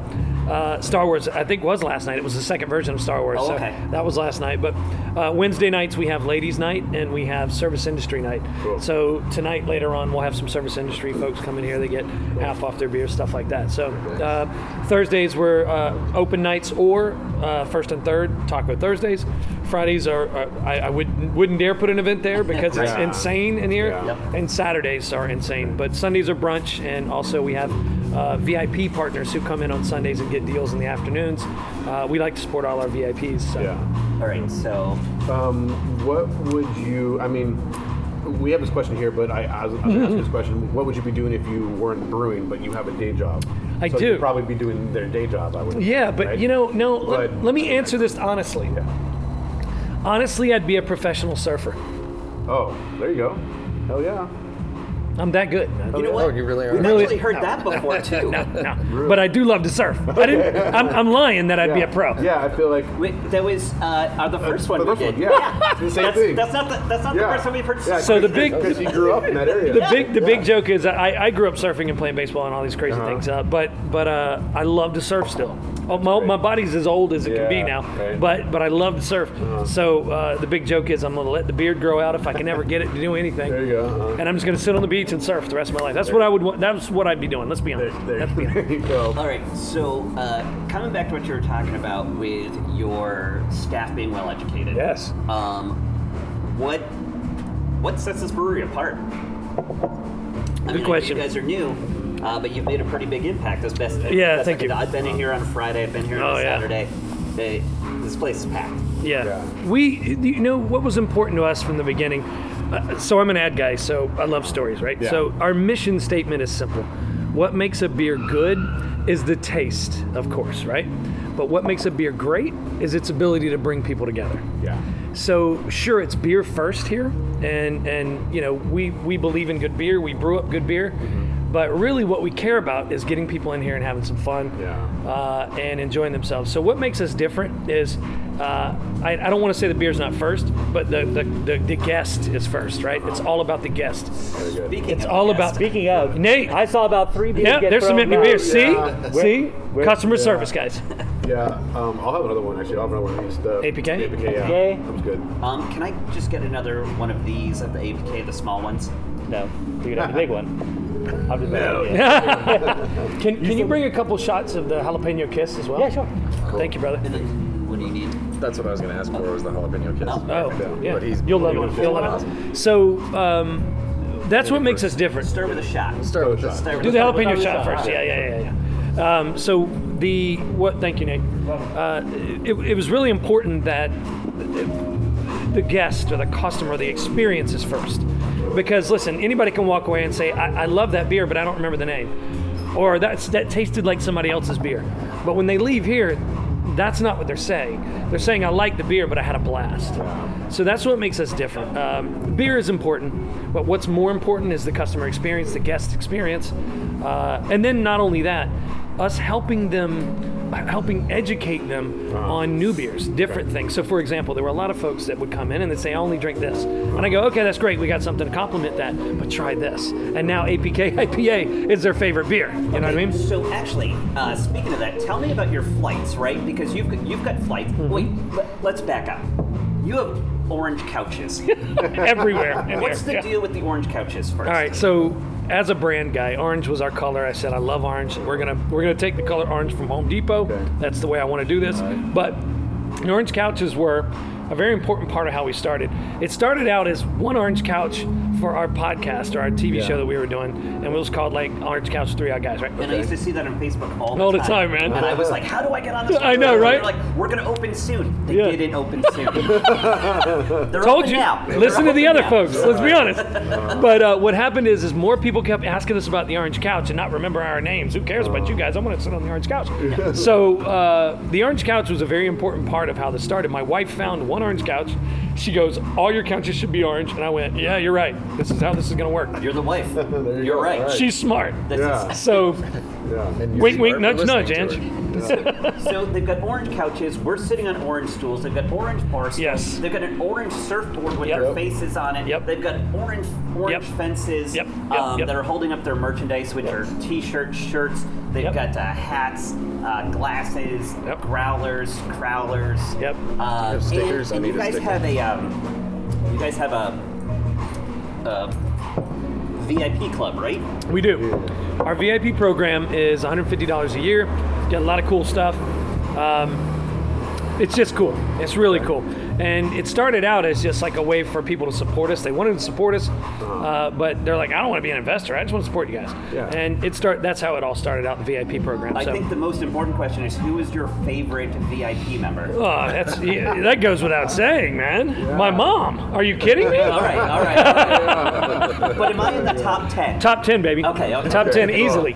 Speaker 7: uh, Star Wars. I think was last night. It was the second version of Star Wars.
Speaker 9: Oh,
Speaker 7: so
Speaker 9: okay.
Speaker 7: that was last night. But uh, Wednesday nights we have Ladies Night and we have Service Industry Night. So tonight later on we'll have some Service Industry folks come in here. They get half off their beer, stuff like that. So uh, Thursdays were uh, open nights or uh, first and third Taco Thursdays. Fridays are, are I, I would wouldn't dare put an event there because it's
Speaker 9: Yeah.
Speaker 7: insane in here.
Speaker 9: Yeah. Yep.
Speaker 7: And Saturdays are insane, but Sundays are brunch, and also we have uh, VIP partners who come in on Sundays and get deals in the afternoons. Uh, we like to support all our VIPs. So.
Speaker 9: All right. So,
Speaker 8: um, what would you? I mean, we have this question here, but I, I was, I was asking
Speaker 7: Mm-hmm.
Speaker 8: this question: What would you be doing if you weren't brewing, but you have a day job?
Speaker 7: I
Speaker 8: so
Speaker 7: do.
Speaker 8: You'd probably be doing their day job. I would.
Speaker 7: Yeah, but you know, no.
Speaker 8: But-
Speaker 7: let, let me answer this honestly. Honestly, I'd be a professional surfer.
Speaker 8: Oh, there you go. Hell yeah.
Speaker 7: I'm that good.
Speaker 8: Oh,
Speaker 9: you know what? We've actually heard that before too.
Speaker 7: No, no. But I do love to surf. I didn't. I'm, I'm lying that I'd be a pro.
Speaker 8: Yeah, I feel like
Speaker 9: Wait, that was uh, uh, the first one.
Speaker 8: the
Speaker 9: we
Speaker 8: first one,
Speaker 9: did.
Speaker 8: yeah. It's the same
Speaker 9: that's,
Speaker 8: thing.
Speaker 9: That's not the, that's not the first time we've heard. surf.
Speaker 7: so the big
Speaker 8: because you grew up in that area.
Speaker 7: The big the big joke is that I, I grew up surfing and playing baseball and all these crazy
Speaker 8: Uh-huh.
Speaker 7: things, uh, but but uh, I love to surf still. Oh, my, my body's as old as it can be
Speaker 8: Yeah,
Speaker 7: now,
Speaker 8: right. Uh-huh.
Speaker 7: but but I love to surf. So uh, the big joke is I'm gonna let the beard grow out if I can ever get it to do anything. There
Speaker 8: you go. uh-huh.
Speaker 7: And I'm just gonna sit on the beach and surf the rest of my life. That's what I would. want. That's what I'd be doing. Let's be honest. Let's be honest.
Speaker 8: There you go.
Speaker 9: All right. So uh, coming back to what you were talking about with your staff being well educated.
Speaker 7: Yes.
Speaker 9: Um, what what sets this brewery apart? I mean,
Speaker 7: question.
Speaker 9: I, you guys are new, uh, but you've made a pretty big impact. As best.
Speaker 7: Yeah,
Speaker 9: best
Speaker 7: thank
Speaker 9: I could-
Speaker 7: you.
Speaker 9: I've been in here on a Friday. I've been here
Speaker 7: Oh,
Speaker 9: on a
Speaker 7: yeah.
Speaker 9: Saturday. They, this place is packed.
Speaker 7: Yeah. We, you know, what was important to us from the beginning. Uh, so I'm an ad guy, so I love stories, right?
Speaker 9: Yeah.
Speaker 7: So our mission statement is simple. What makes a beer good is the taste, of course, right? But what makes a beer great is its ability to bring people together.
Speaker 8: Yeah.
Speaker 7: So sure, it's beer first here, and and you know we we believe in good beer. We brew up good beer,
Speaker 8: Mm-hmm.
Speaker 7: but really what we care about is getting people in here and having some fun, uh, and enjoying themselves. So what makes us different is. Uh, I, I don't want to say the beer's not first, but the, the, the, the guest is first, right? It's all about the guest. it's all about speaking of Nate. I saw about three
Speaker 12: beers
Speaker 7: Yeah,
Speaker 12: get
Speaker 7: there's some
Speaker 12: thrown
Speaker 7: empty
Speaker 12: out.
Speaker 7: beers. See,
Speaker 8: Yeah.
Speaker 7: see,
Speaker 8: Whip- whip,
Speaker 7: customer
Speaker 8: yeah.
Speaker 7: service guys.
Speaker 8: Yeah, um, I'll have another one actually. I'll have another one of these. The
Speaker 9: APK?
Speaker 8: APK, yeah. That was good.
Speaker 9: Um, can I just get another one of these at the APK, the small ones? No, you got the big one. I'll just
Speaker 7: can can you bring a couple shots of the jalapeno kiss as well? Yeah, sure. Thank you, brother.
Speaker 9: What do you need?
Speaker 10: That's what I was going to ask for was the jalapeno kiss.
Speaker 7: Oh, yeah.
Speaker 10: But he's
Speaker 7: You'll love it. You'll love it. So um, that's what makes us different.
Speaker 9: Start with a shot.
Speaker 10: Start with a
Speaker 9: shot.
Speaker 7: Do the jalapeno shot first. Yeah, yeah, yeah, yeah. Um, so the what? Thank you, Nate. Uh, it, it was really important that the guest or the customer, the experience is first. Because listen, anybody can walk away and say, I, I love that beer, but I don't remember the name. Or that's that tasted like somebody else's beer. But when they leave here, that's not what they're saying. They're saying, I like the beer, but I had a blast. So that's what makes us different. Um, beer is important, but what's more important is the customer experience, the guest experience. Uh, and then not only that, us helping them helping educate them on new beers, different things. So, for example, there were a lot of folks that would come in and they'd say, I only drink this. And I go, okay, that's great. We got something to complement that, but try this. And now APK IPA is their favorite beer. You know what I mean?
Speaker 9: So actually, uh, speaking of that, tell me about your flights, right? Because you've got- you've got flights. Wait, let, let's back up. You have orange couches
Speaker 7: Everywhere in
Speaker 9: What's
Speaker 7: here,
Speaker 9: the
Speaker 7: yeah.
Speaker 9: deal with the orange couches first?
Speaker 7: All right, so as a brand guy, orange was our color. I said I love orange. We're gonna we're gonna take the color orange from Home Depot. That's the way I want to do this. But the orange couches were a very important part of how we started. It started out as one orange couch for our podcast or our TV
Speaker 9: Yeah.
Speaker 7: show that we were doing, and it was called like Orange Couch Three Eyed Guys, right?
Speaker 9: And I used to see that on Facebook all the
Speaker 7: All the
Speaker 9: time.
Speaker 7: time, man.
Speaker 9: And I was like, how do I get on this?
Speaker 7: I know,
Speaker 9: They're
Speaker 7: right?
Speaker 9: like, we're going to open soon. They didn't open soon. They're
Speaker 7: Told
Speaker 9: open
Speaker 7: you.
Speaker 9: now. They're
Speaker 7: Listen to
Speaker 9: open
Speaker 7: the other
Speaker 9: now.
Speaker 7: folks. Let's be honest. But uh, what happened is, is more people kept asking us about the orange couch and not remember our names. Who cares about you guys? I'm going to sit on the orange couch. so uh, the orange couch was a very important part of how this started. My wife found one orange couch. She goes, "All your couches should be orange," and I went, "Yeah, you're right. This is how this is going to work."
Speaker 9: You're the wife.
Speaker 7: You're
Speaker 9: You're right. right.
Speaker 7: She's smart.
Speaker 9: That's Yeah.
Speaker 7: So, wink, wink, nudge, nudge, Ange.
Speaker 9: so they've got orange couches. We're sitting on orange stools. They've got orange bar stools.
Speaker 7: Yes.
Speaker 9: They've got an orange surfboard with
Speaker 7: Yep.
Speaker 9: their faces on it. Yep. They've got orange orange fences um, that are holding up their merchandise, which are t-shirts, shirts. They've got uh, hats, uh, glasses, growlers, crowlers. Yep.
Speaker 10: I
Speaker 9: Uh,
Speaker 10: have stickers.
Speaker 9: And, and
Speaker 10: I need
Speaker 9: you
Speaker 10: a
Speaker 9: guys
Speaker 10: sticker.
Speaker 9: have a um, you guys have a, a VIP club, right?
Speaker 7: We do. Our VIP program is $150 a year. Get a lot of cool stuff. Um, it's just cool. It's really cool. And it started out as just like a way for people to support us. They wanted to support us,
Speaker 9: Uh-huh.
Speaker 7: uh, but they're like, I don't want to be an investor. I just want to support you guys. And it start. That's how it all started out. The VIP program.
Speaker 9: I
Speaker 7: so.
Speaker 9: think the most important question is who is your favorite VIP member?
Speaker 7: Oh, that's yeah, that goes without saying, man. My mom. Are you kidding me?
Speaker 9: all right, all right. but am I in the top ten?
Speaker 7: Top ten, baby.
Speaker 9: Okay, okay.
Speaker 7: Top ten
Speaker 9: Cool.
Speaker 7: easily.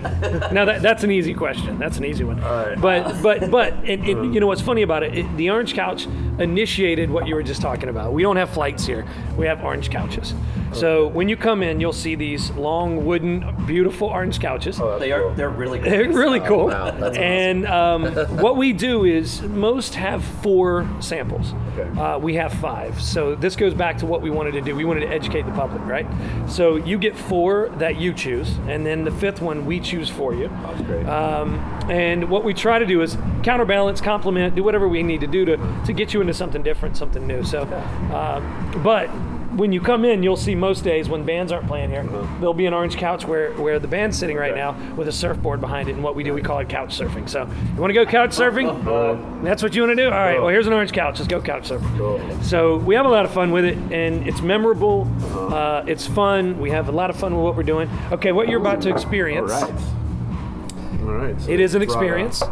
Speaker 7: now that, that's an easy question. That's an easy one. But but but and, and you know what's funny about it, it? The orange couch initiated what you were just talking about. We don't have flights here. We have orange couches. So when you come in, you'll see these long wooden, beautiful orange couches.
Speaker 9: They are they're really cool.
Speaker 7: They're really cool.
Speaker 9: Wow, that's
Speaker 7: and um, what we do is most have four samples. Uh, we have five. So this goes back to what we wanted to do. We wanted to educate the public, right? So you get four that you choose, and then the fifth one we choose for you. That's great. Um, and what we try to do is counterbalance, complement, do whatever we need to do to, to get you into something different, something new. So, uh, but when you come in, you'll see most days when bands aren't playing here, there'll be an orange couch where, where the band's sitting right now with a surfboard behind it. And what we do, we call it couch surfing. So you want to go couch surfing? That's what you want to do? All right, well, here's an orange couch. Let's go couch surfing. So we have a lot of fun with it, and it's memorable. Uh, it's fun. We have a lot of fun with what we're doing. Okay, what you're about to experience.
Speaker 8: All right. All right. so
Speaker 7: It is an
Speaker 8: it's raw.
Speaker 7: experience.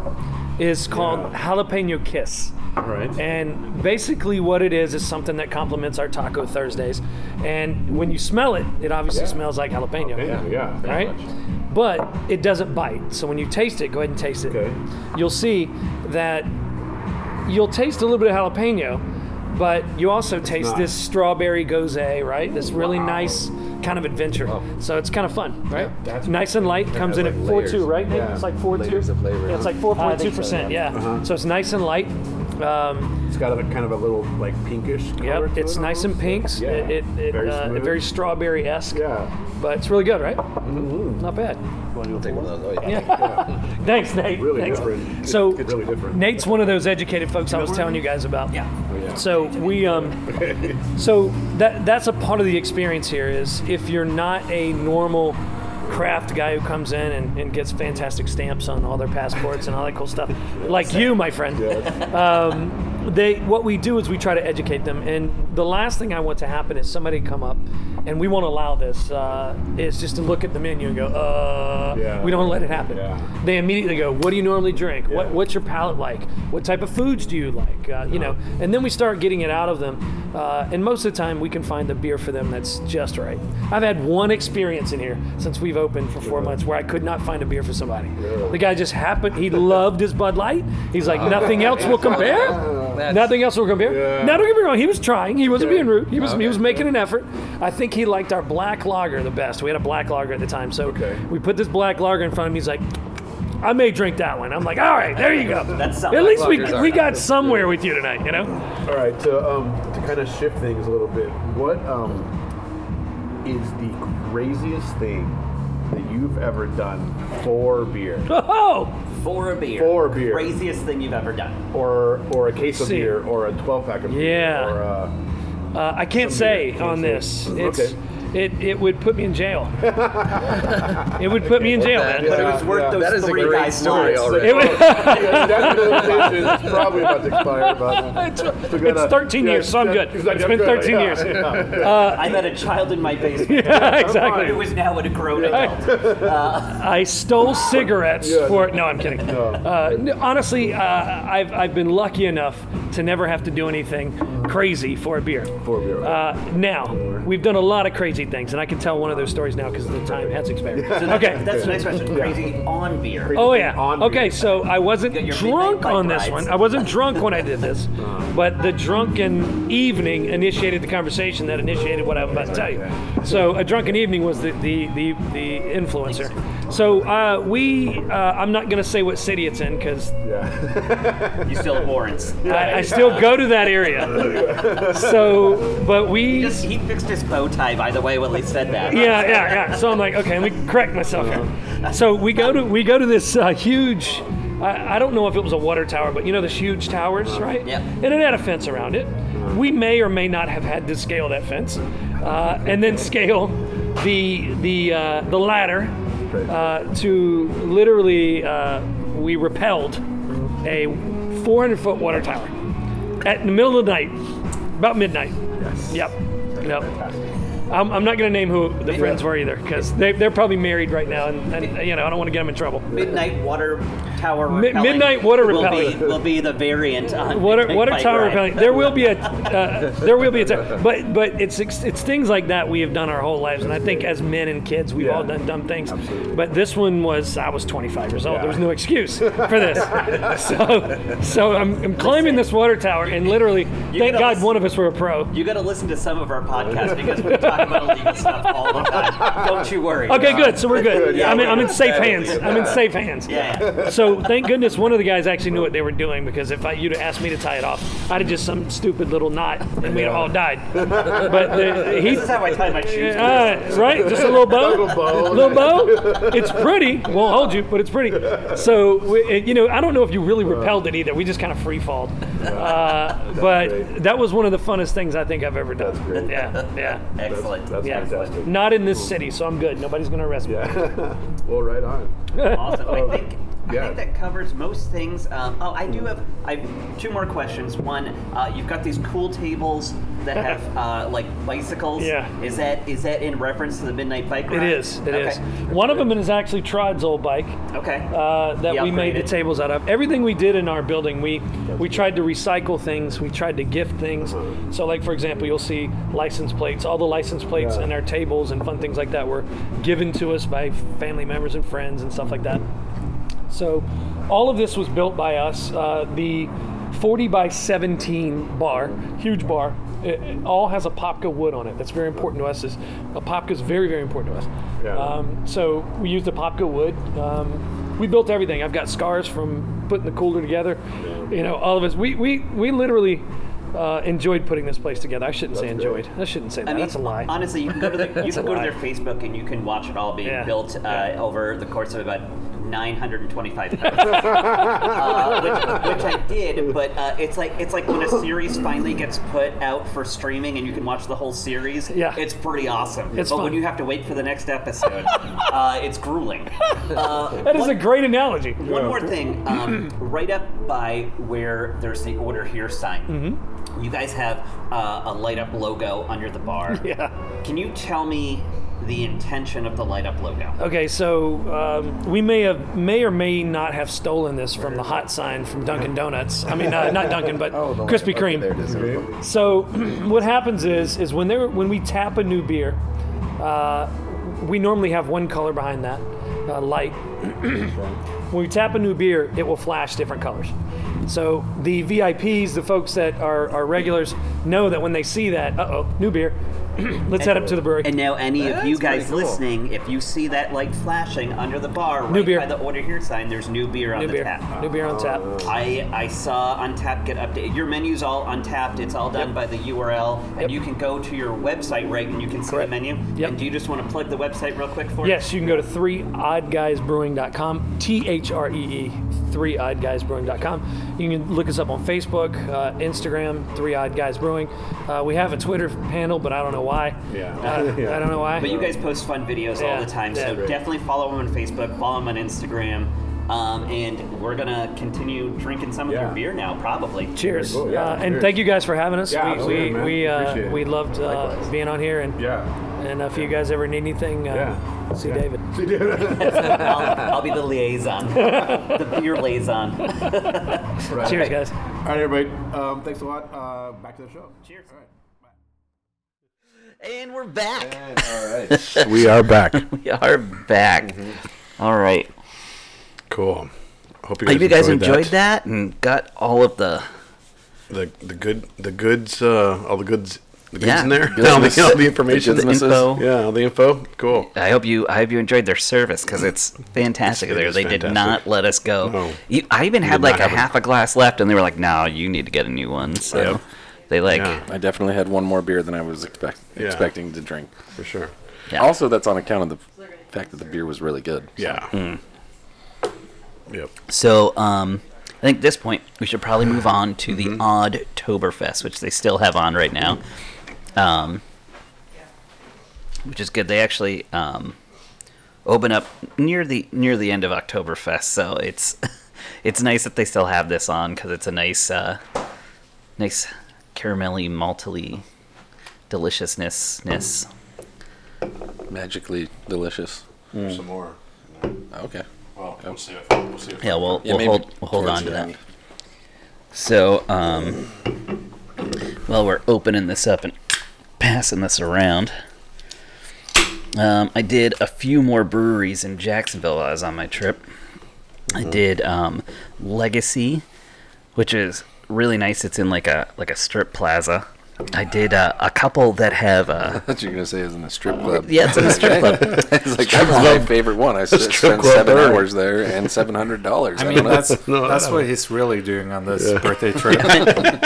Speaker 7: is called Jalapeno Kiss. Right. And basically, what it is is something that complements our Taco Thursdays. And when you smell it, it obviously
Speaker 8: Yeah.
Speaker 7: smells like jalapeno.
Speaker 8: Jalapeno, yeah, very
Speaker 7: Right? But it doesn't bite. So when you taste it, go ahead and taste it. You'll see that you'll taste a little bit of jalapeno, but you also taste
Speaker 8: not.
Speaker 7: this strawberry gose, right? This really nice kind of adventure. So it's kind of fun, right? nice and light. Comes in
Speaker 10: has,
Speaker 7: at
Speaker 10: like,
Speaker 7: four two,
Speaker 10: layers.
Speaker 7: right? Nate?
Speaker 10: Yeah,
Speaker 7: It's like four two.
Speaker 10: layers of flavor,
Speaker 7: Yeah, it's
Speaker 10: huh?
Speaker 7: like four
Speaker 10: I
Speaker 7: point two
Speaker 10: think so,
Speaker 7: percent.
Speaker 10: yeah.
Speaker 7: Yeah.
Speaker 10: Uh-huh.
Speaker 7: So it's nice and light. Um,
Speaker 8: it's got a kind of a little like pinkish. Color
Speaker 7: Yep,
Speaker 8: to
Speaker 7: it's
Speaker 8: it
Speaker 7: nice and
Speaker 8: almost.
Speaker 7: pinks.
Speaker 8: Yeah.
Speaker 7: It, it, it,
Speaker 8: Very
Speaker 7: uh,
Speaker 8: smooth.
Speaker 7: very strawberry esque. Yeah. But it's really good, right? Mm-hmm. Not bad. Well, you'll take one of those. Yeah. Thanks, Nate.
Speaker 8: Really
Speaker 7: Thanks.
Speaker 8: different.
Speaker 7: So
Speaker 8: It's really different.
Speaker 7: Nate's one of those educated folks I was telling you guys about. Yeah. So we um, so that that's a part of the experience here is if you're not a normal craft guy who comes in and, and gets fantastic stamps on all their passports and all that cool stuff, like you, my friend. Um, they what we do is we try to educate them, and the last thing I want to happen is somebody come up, and we won't allow this. Uh, is just to look at the menu and go, uh,
Speaker 8: Yeah.
Speaker 7: we don't let it happen. They immediately go, "What do you normally drink? What, what's your palate like? What type of foods do you like? Uh, you know?" And then we start getting it out of them. Uh, and most of the time, we can find the beer for them that's just right. I've had one experience in here since we've opened for four months where I could not find a beer for somebody. The guy just happened. He loved his Bud Light. He's like, "Nothing else will compare. Nothing else will compare." Now, don't get me wrong. He was trying. He wasn't being rude. He was he was making an effort. I think he liked our black lager the best. We had a black lager at the time, so we put this black lager in front of him. He's like. I may drink that one. I'm like, all right, there you go.
Speaker 9: That's something.
Speaker 7: At least we,
Speaker 8: Lagers are
Speaker 7: we
Speaker 8: nice.
Speaker 7: got somewhere with you tonight, you know?
Speaker 8: All right, to, um, to kind of shift things a little bit, what um, is the craziest thing that you've ever done for beer?
Speaker 7: Oh!
Speaker 9: For a beer.
Speaker 8: For a beer.
Speaker 9: Craziest thing you've ever done.
Speaker 8: Or or a case of
Speaker 9: See.
Speaker 8: beer, or a 12 pack of beer?
Speaker 7: Yeah.
Speaker 8: Or a,
Speaker 7: Uh, I can't
Speaker 8: Some
Speaker 7: say
Speaker 8: beer, can't
Speaker 7: on
Speaker 8: say.
Speaker 7: this.
Speaker 8: Mhm.
Speaker 7: It's,
Speaker 8: Okay.
Speaker 7: it, it would put me in jail. it would put me in jail, man.
Speaker 9: But it was worth those three guys' lives.
Speaker 7: It would-
Speaker 8: it's probably about to expire. But
Speaker 7: it's, it's 13 years, so I'm good. It's been 13 years. Uh,
Speaker 9: I met a child in my basement.
Speaker 7: Yeah, exactly.
Speaker 9: Who is now a grown adult.
Speaker 7: I stole cigarettes
Speaker 9: Yeah.
Speaker 7: for. No, I'm kidding. Uh, n- honestly, uh, I've, I've been lucky enough to never have to do anything crazy for a beer. For a beer. Uh, now, we've done a lot of crazy things, and I can tell one of those stories now because the time has expired.
Speaker 9: So that-
Speaker 7: Okay.
Speaker 9: That's the next question. Crazy on beer.
Speaker 7: Oh yeah. Okay, so I wasn't drunk on this
Speaker 9: rides. Uh-huh.
Speaker 7: one. I wasn't drunk when I did this, but the drunken evening initiated the conversation that initiated what I'm about to tell you. So a drunken evening was the the the, the influencer. So uh, we, uh, I'm not gonna say what city it's in because
Speaker 9: You still have warrants.
Speaker 7: I, I still go to that area. So, but we.
Speaker 9: He, just, he fixed his bow tie, by the way, when he said that.
Speaker 7: yeah, yeah, yeah. So I'm like, okay, let me correct myself here. So we go to we go to this uh, huge. I, I don't know if it was a water tower, but you know those huge towers, right? Yeah. And it had a fence around it. We may or may not have had to scale that fence, uh, and then scale the the uh, the ladder uh, to literally uh, we repelled a 400 foot water tower at in the middle of the night, about midnight. Yes. Yep. Yep. I'm, I'm not going to name who the friends were either because they, they're probably married right now, and, and you know I don't want to get them in trouble.
Speaker 9: Midnight water tower.
Speaker 7: Mi-
Speaker 9: repelling
Speaker 7: midnight water
Speaker 9: will
Speaker 7: repelling.
Speaker 9: be, will be the variant. On
Speaker 7: What are
Speaker 9: Midnight
Speaker 7: what are
Speaker 9: Bike
Speaker 7: tower
Speaker 9: Ride.
Speaker 7: repelling? There will be a uh, there will be a time, but but it's ex- it's things like that we have done our whole lives, and I think as men and kids we've all done dumb things. But this one was I was 25 years old. There was no excuse for this. so so I'm, I'm climbing this water tower, and literally, thank
Speaker 9: gotta
Speaker 7: God
Speaker 9: listen-
Speaker 7: one of us were a pro.
Speaker 9: You got to listen to some of our podcasts because we talk about illegal stuff all the time. Don't you worry.
Speaker 7: Okay, good. So we're good.
Speaker 9: Yeah,
Speaker 7: I'm, in,
Speaker 9: we're
Speaker 7: I'm in
Speaker 9: good.
Speaker 7: safe
Speaker 9: Yeah,
Speaker 7: hands.
Speaker 9: we're good.
Speaker 7: I'm in safe hands.
Speaker 9: Yeah, yeah.
Speaker 7: So thank goodness one of the guys actually knew what they were doing because if I, you'd have asked me to tie it off, I'd have just some stupid little knot and we'd have all died. But the, he,
Speaker 9: this is how I tie my shoes.
Speaker 7: uh, right? Just a little bow.
Speaker 9: Little bow.
Speaker 7: Little bow? It's pretty. Won't hold you, but it's pretty. So, we, it- you know, I don't know if you really repelled it either. We just kind of free falled. Uh, but that was one of the funnest things I think I've ever done. Yeah, yeah.
Speaker 9: Excellent.
Speaker 8: That's
Speaker 7: yeah.
Speaker 8: fantastic.
Speaker 7: Not in this city, so I'm good. Nobody's going to arrest me.
Speaker 8: well, right on.
Speaker 9: Awesome. I think I think that covers most things. Um, oh, I do have I have two more questions. One, uh, you've got these cool tables that have uh, like bicycles.
Speaker 7: Yeah.
Speaker 9: Is that is that in reference to the midnight bike
Speaker 7: It
Speaker 9: ride?
Speaker 7: is. It
Speaker 9: okay.
Speaker 7: is. One of them is actually Trod's old bike.
Speaker 9: Okay.
Speaker 7: Uh, that
Speaker 9: He
Speaker 7: we made the
Speaker 9: upgraded.
Speaker 7: tables out of. Everything we did in our building, we we tried to recycle things. We tried to gift things.
Speaker 9: Uh-huh.
Speaker 7: So, like for example, you'll see license plates. All the license plates and our tables and fun things like that were given to us by family members and friends and stuff like that. So, all of this was built by us. Uh, the 40 by 17 bar, huge bar, it, it all has a popka wood on it. That's very important to us. Is a popka is very very important to us.
Speaker 8: Yeah.
Speaker 7: Um, so we used the popka wood. Um, we built everything. I've got scars from putting the cooler together. You know, all of us. We we we literally. Uh, enjoyed putting this place together. I shouldn't say enjoyed. I shouldn't say that. That's a lie.
Speaker 9: Honestly, you can go to, the, you
Speaker 7: That's
Speaker 9: can
Speaker 7: a
Speaker 9: go to
Speaker 7: lie.
Speaker 9: their Facebook and you can watch it all being
Speaker 7: Yeah.
Speaker 9: built uh, over the course of about 925 days, uh, which, which I did. But uh, it's like it's like when a series finally gets put out for streaming and you can watch the whole series. Yeah, it's pretty awesome.
Speaker 7: It's
Speaker 9: but
Speaker 7: fun.
Speaker 9: when you have to wait for the next episode, uh, it's grueling. Uh,
Speaker 7: That is a great analogy.
Speaker 9: one more thing, um, right up by where there's the order here sign.
Speaker 7: Mhm.
Speaker 9: You guys have uh, a light up logo under the bar.
Speaker 7: Yeah.
Speaker 9: Can you tell me the intention of the light up logo?
Speaker 7: Okay, so um, we may have, may or may not have stolen this from the hot sign from Dunkin' Donuts. I mean, uh, not Dunkin', but Krispy Kreme. So what happens is is when there when we tap a new beer, uh, we normally have one color behind that uh, light. when we tap a new beer, it will flash different colors. So the VIPs, the folks that are, are regulars, know that when they see that, uh oh, new beer, let's head up to the brewery.
Speaker 9: And now, any of you guys
Speaker 7: listening.
Speaker 9: listening, if you see that light flashing under the bar right
Speaker 7: New beer.
Speaker 9: by the order here sign, there's new beer on
Speaker 7: New
Speaker 9: the
Speaker 7: beer.
Speaker 9: tap.
Speaker 7: New beer on tap.
Speaker 9: I, I saw Untapped get updated. Your menu's all untapped. It's all done by the URL, and you can go to your website, right? And you can see the menu. And do you just want to plug the website real quick for
Speaker 7: Yes, you can go to 3oddguysbrewing.com, T H R E E, 3oddguysbrewing.com. You can look us up on Facebook, uh, Instagram, 3 Odd Guys Brewing. Uh, we have a Twitter handle, but I don't know why. Yeah. I don't know why.
Speaker 9: But you guys post fun videos
Speaker 7: Yeah,
Speaker 9: all the time,
Speaker 7: yeah.
Speaker 9: so
Speaker 7: Right.
Speaker 9: definitely follow them on Facebook, follow them on Instagram, um, and we're gonna continue drinking some of their beer now, probably.
Speaker 7: Cheers. uh, and thank you guys for having us.
Speaker 9: Oh, Yeah,
Speaker 7: we
Speaker 9: absolutely,
Speaker 7: we,
Speaker 9: man.
Speaker 7: we,
Speaker 9: Appreciate
Speaker 7: uh,
Speaker 9: it.
Speaker 7: we loved uh, being on here. And and if you guys ever need anything, uh, see David. See David.
Speaker 9: I'll, I'll be the liaison, the beer liaison.
Speaker 7: Cheers, guys.
Speaker 8: All right, everybody. Um, thanks a lot. Uh, back to the show. Cheers. All right.
Speaker 9: And we're back.
Speaker 3: We are back.
Speaker 1: we are back.
Speaker 9: Mm-hmm.
Speaker 1: All right.
Speaker 3: Cool. Hope
Speaker 1: Hope
Speaker 3: you guys
Speaker 1: you guys
Speaker 3: enjoyed
Speaker 1: enjoyed that.
Speaker 3: that.
Speaker 1: and got all of the
Speaker 3: the the good the goods uh, all the goods the goods
Speaker 1: Yeah.
Speaker 3: in there
Speaker 1: Goods.
Speaker 3: all, the, all the
Speaker 1: The
Speaker 3: information
Speaker 1: goods. The info.
Speaker 3: yeah all the info cool
Speaker 1: I hope you I hope you enjoyed their service because it's fantastic
Speaker 3: It
Speaker 1: there.
Speaker 3: is
Speaker 1: They did not
Speaker 3: fantastic.
Speaker 1: let us go.
Speaker 3: No.
Speaker 1: You, I even
Speaker 3: We
Speaker 1: had
Speaker 3: did
Speaker 1: like
Speaker 3: not
Speaker 1: a
Speaker 3: have a-
Speaker 1: half a glass left, and they were like, "No, you need to get a new one." So
Speaker 5: Yep.
Speaker 1: they like
Speaker 5: I definitely had one more beer than I was expect-
Speaker 3: Yeah.
Speaker 5: expecting to drink. For
Speaker 3: sure.
Speaker 5: Also, that's on account of the fact that the beer was really good.
Speaker 3: Yeah.
Speaker 1: Hmm.
Speaker 3: Yep.
Speaker 1: So um, I think at this point we should probably move on to
Speaker 5: Mm-hmm.
Speaker 1: the Odd Toberfest, which they still have on right now, um, which is good. They actually um, open up near the near the end of Oktoberfest, so it's it's nice that they still have this on because it's a nice uh, nice caramelly maltily deliciousnessness.
Speaker 5: Magically delicious.
Speaker 1: Mm.
Speaker 3: some more
Speaker 5: Okay.
Speaker 3: well we'll see if we'll see if
Speaker 1: Yeah, we'll,
Speaker 5: Yeah,
Speaker 1: we'll
Speaker 5: maybe
Speaker 1: hold we'll hold
Speaker 5: towards
Speaker 1: on
Speaker 5: the
Speaker 1: to that.
Speaker 5: end.
Speaker 1: So, um, well, we're opening this up and passing this around. Um, I did a few more breweries in Jacksonville while I was on my trip.
Speaker 3: Mm-hmm.
Speaker 1: I did um, Legacy, which is really nice. It's in like a like a strip plaza. I did uh, a couple that have uh,
Speaker 5: That's what you're gonna say is in the strip club.
Speaker 1: Yeah, it's in the strip club.
Speaker 5: it's
Speaker 1: Strip
Speaker 5: like that was my
Speaker 1: club.
Speaker 5: favorite one. I
Speaker 1: Strip
Speaker 5: spent seven
Speaker 1: club bar.
Speaker 5: hours there and seven hundred dollars.
Speaker 2: I mean, that's that's what he's really doing on this
Speaker 3: Yeah.
Speaker 2: birthday trip.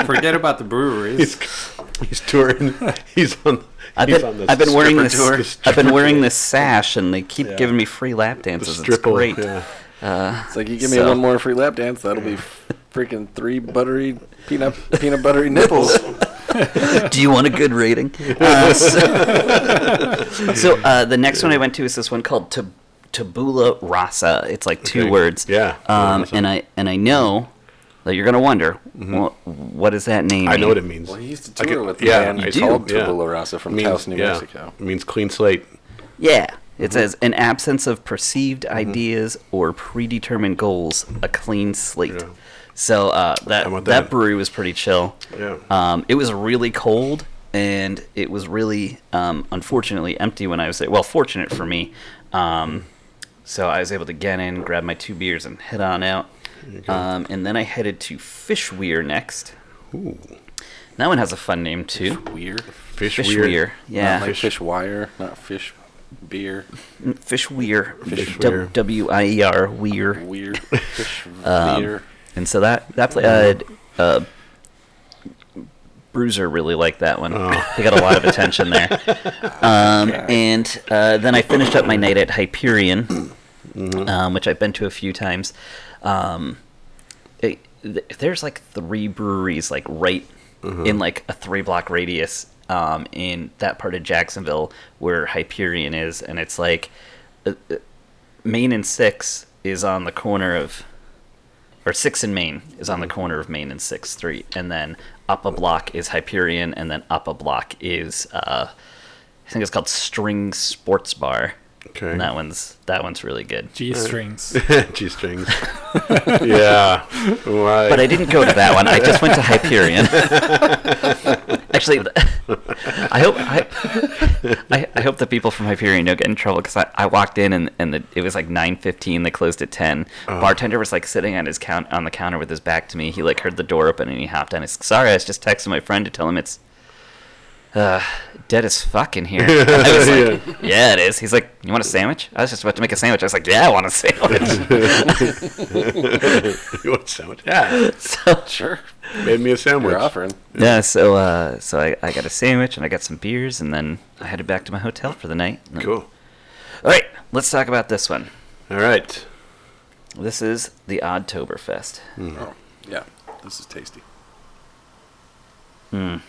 Speaker 2: Forget about the breweries.
Speaker 3: he's touring he's on
Speaker 1: I've
Speaker 3: he's
Speaker 1: been,
Speaker 3: on the
Speaker 1: I've been wearing
Speaker 3: stripper
Speaker 1: this.
Speaker 3: tour.
Speaker 1: I've been wearing this sash, and they keep giving me free lap dances. It's
Speaker 3: stripple,
Speaker 1: great.
Speaker 3: yeah.
Speaker 1: Uh,
Speaker 5: It's like you give me
Speaker 1: so-
Speaker 5: one more free lap dance, that'll be freaking three buttery peanut peanut buttery nipples.
Speaker 1: Do you want a good rating? Uh, so so, uh, the next one I went to is this one called T- tabula rasa. It's like two
Speaker 3: Okay.
Speaker 1: words.
Speaker 3: Yeah.
Speaker 1: Um, and I and I know that you're gonna wonder well, what does that name?
Speaker 3: Mm-hmm. I know
Speaker 1: mean?
Speaker 3: what it means.
Speaker 5: Well, he used to
Speaker 3: I
Speaker 5: tour
Speaker 3: could-
Speaker 5: with the
Speaker 3: yeah,
Speaker 5: band
Speaker 3: I
Speaker 5: called
Speaker 3: do. Yeah.
Speaker 5: Tabula Rasa from
Speaker 3: means,
Speaker 5: Taos, New
Speaker 3: yeah,
Speaker 5: Mexico.
Speaker 3: means clean slate.
Speaker 1: Yeah. It says an absence of perceived ideas or predetermined goals, a clean slate. So uh, that, that
Speaker 3: that?
Speaker 1: brewery was pretty chill.
Speaker 3: Yeah.
Speaker 1: Um, it was really cold and it was really um, unfortunately empty when I was there. Well, fortunate for me. Um, so I was able to get in, grab my two beers, and head on out. Um, and then I headed to Fish Weir next.
Speaker 5: Ooh.
Speaker 1: That one has a fun name too. Fish
Speaker 5: Weir.
Speaker 1: Fish, Weir. Yeah.
Speaker 5: Not like fish wire, not fish beer.
Speaker 1: Fish Weir. W-
Speaker 5: Fish Weir.
Speaker 1: W I E R. Weir.
Speaker 5: Weir. Fish
Speaker 1: Um,
Speaker 5: Weir.
Speaker 1: and so that that play, uh, d- uh, Bruiser really liked that one.
Speaker 5: Oh.
Speaker 1: They got a lot of attention there. Um, And uh, then I finished up my night at Hyperion, um, which I've been to a few times. Um, it, th- there's like three breweries like right in like a three block radius um, in that part of Jacksonville where Hyperion is, and it's like uh, uh, Main and Six is on the corner of or Six and Main is on the corner of Main and Sixth Street, and then up a block is Hyperion, and then up a block is uh, I think it's called String Sports Bar.
Speaker 3: Okay.
Speaker 1: And that one's that one's really good.
Speaker 2: G strings.
Speaker 3: G strings. yeah. Why?
Speaker 1: But I didn't go to that one. I just went to Hyperion. Actually, th- I hope I, I, I hope the people from Hyperion don't get in trouble because I, I walked in and, and the, it was like nine fifteen. They closed at ten. Bartender was like sitting on his count on the counter with his back to me. He like heard the door open and he hopped on. He's sorry, I was just texting my friend to tell him it's uh, dead as fuck in here. I was like, yeah. it is. He's like, you want a sandwich? I was just about to make a sandwich. I was like, yeah, I want a sandwich.
Speaker 3: you want a sandwich? Yeah.
Speaker 1: So-
Speaker 5: Sure.
Speaker 3: Made me a sandwich.
Speaker 5: You're offering.
Speaker 1: Yeah, so uh, so I, I got a sandwich and I got some beers and then I headed back to my hotel for the night. And then-
Speaker 3: Cool.
Speaker 1: All right, let's talk about this one.
Speaker 3: All right.
Speaker 1: This is the Oddtoberfest.
Speaker 5: Oh, yeah. This is tasty.
Speaker 1: Mm.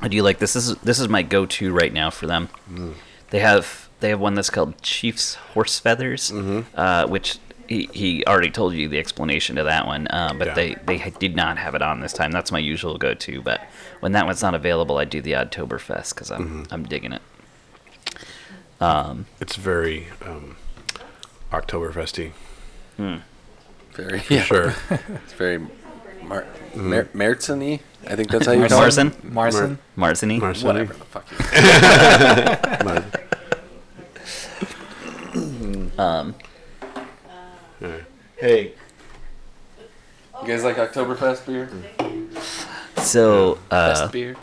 Speaker 1: I do like this. This is this is my go-to right now for them.
Speaker 3: Mm.
Speaker 1: They have they have one that's called Chief's Horse Feathers,
Speaker 3: Mm-hmm.
Speaker 1: uh, which he, he already told you the explanation to that one. Uh, but
Speaker 3: Yeah.
Speaker 1: they they ha- did not have it on this time. That's my usual go-to. But when that one's not available, I do the Oddtoberfest because I'm
Speaker 3: Mm-hmm.
Speaker 1: I'm digging it. Um,
Speaker 3: It's very um, Oktoberfesty.
Speaker 5: Very
Speaker 3: For sure.
Speaker 5: it's very Mar- Mer- Mertzeny. I think that's how you call
Speaker 1: Marzen?
Speaker 5: it.
Speaker 2: Marzen?
Speaker 1: Marzini?
Speaker 3: Marzen.
Speaker 5: Whatever the fuck.
Speaker 1: Um,
Speaker 3: Hey.
Speaker 5: You guys like Oktoberfest beer?
Speaker 1: so, uh,
Speaker 5: Fest beer?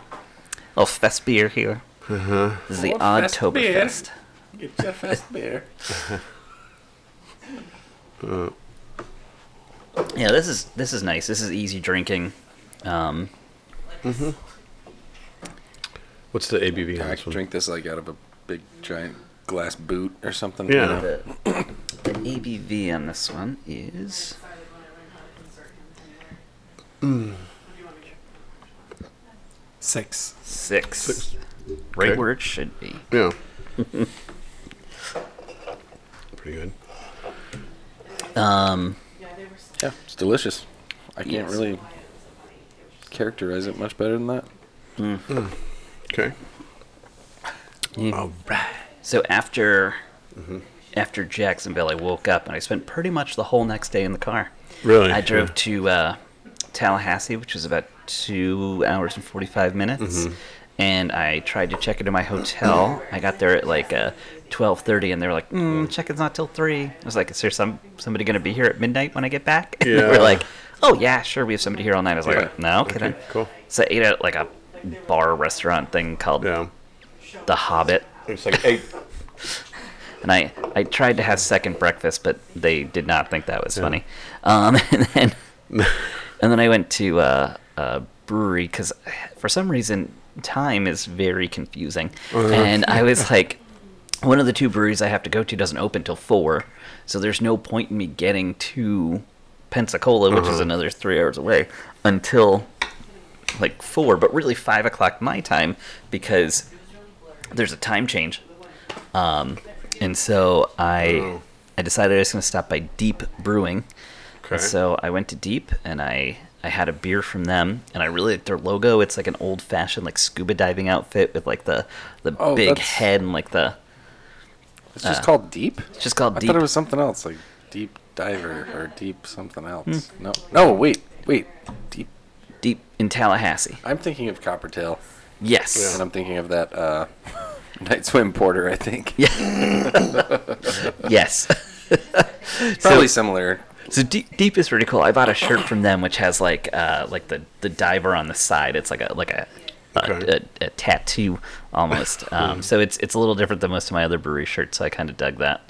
Speaker 1: oh, fest beer here.
Speaker 3: Uh-huh.
Speaker 1: This is the
Speaker 5: Oh, fest
Speaker 1: Oddtoberfest.
Speaker 5: Get your fest beer.
Speaker 3: Uh,
Speaker 1: Yeah, this is this is nice. This is easy drinking. Um,
Speaker 3: what's the ABV on
Speaker 5: I
Speaker 3: this
Speaker 5: could
Speaker 3: one?
Speaker 5: drink this like out of a big giant glass boot or something.
Speaker 3: Yeah.
Speaker 1: the, the ABV on this one is.
Speaker 2: Six.
Speaker 1: Six.
Speaker 3: Six.
Speaker 1: Right
Speaker 3: Okay.
Speaker 1: where it should be.
Speaker 3: Yeah. Pretty good.
Speaker 1: Um,
Speaker 5: Yeah, it's delicious. I can't
Speaker 1: Yes.
Speaker 5: really characterize it much better than that.
Speaker 3: Okay.
Speaker 1: Yeah.
Speaker 3: All right.
Speaker 1: So after
Speaker 3: Mm-hmm.
Speaker 1: after Jacksonville, I woke up and I spent pretty much the whole next day in the car.
Speaker 3: Really?
Speaker 1: I drove
Speaker 3: Yeah.
Speaker 1: to uh, Tallahassee, which was about two hours and forty five minutes,
Speaker 3: Mm-hmm.
Speaker 1: and I tried to check into my hotel. I got there at like uh, twelve thirty, and they were like, mm, "Check-in's not till 3. I was like, "Is there some somebody going to be here at midnight when I get back?" And they
Speaker 3: Yeah.
Speaker 1: were like, "Oh yeah, sure, we have somebody here all night." I was
Speaker 3: Yeah.
Speaker 1: like, "No, okay, then."
Speaker 3: cool.
Speaker 1: So I ate at like a bar restaurant thing called
Speaker 3: Yeah.
Speaker 1: The Hobbit
Speaker 3: It's like eight.
Speaker 1: and I, I tried to have second breakfast, but they did not think that was funny. Um, and then and then I went to uh, a brewery because for some reason time is very confusing, and I was like, one of the two breweries I have to go to doesn't open till four, so there's no point in me getting to Pensacola, which is another three hours away, until like four, but really five o'clock my time because there's a time change. Um, And so I
Speaker 3: Oh.
Speaker 1: I decided I was going to stop by Deep Brewing.
Speaker 3: Okay.
Speaker 1: And So I went to Deep and I I had a beer from them and I really like their logo. It's like an old fashioned like scuba diving outfit with like the the
Speaker 5: Oh,
Speaker 1: big
Speaker 5: that's-
Speaker 1: head and like the.
Speaker 5: It's just
Speaker 1: uh,
Speaker 5: called Deep.
Speaker 1: It's just called
Speaker 5: I
Speaker 1: Deep.
Speaker 5: thought it was something else, like Deep Diver or Deep something else.
Speaker 1: Hmm.
Speaker 5: No, no, wait, wait. Deep.
Speaker 1: Deep in Tallahassee.
Speaker 5: I'm thinking of Coppertail.
Speaker 1: Yes.
Speaker 5: And I'm thinking of that uh, Night Swim Porter. I think.
Speaker 1: Yeah. yes.
Speaker 5: Probably similar.
Speaker 1: So deep, deep is pretty cool. I bought a shirt from them, which has like uh, like the, the diver on the side. It's like a like a a- a, a, tattoo almost. Um, so it's it's a little different than most of my other brewery shirts. So I kind of dug that.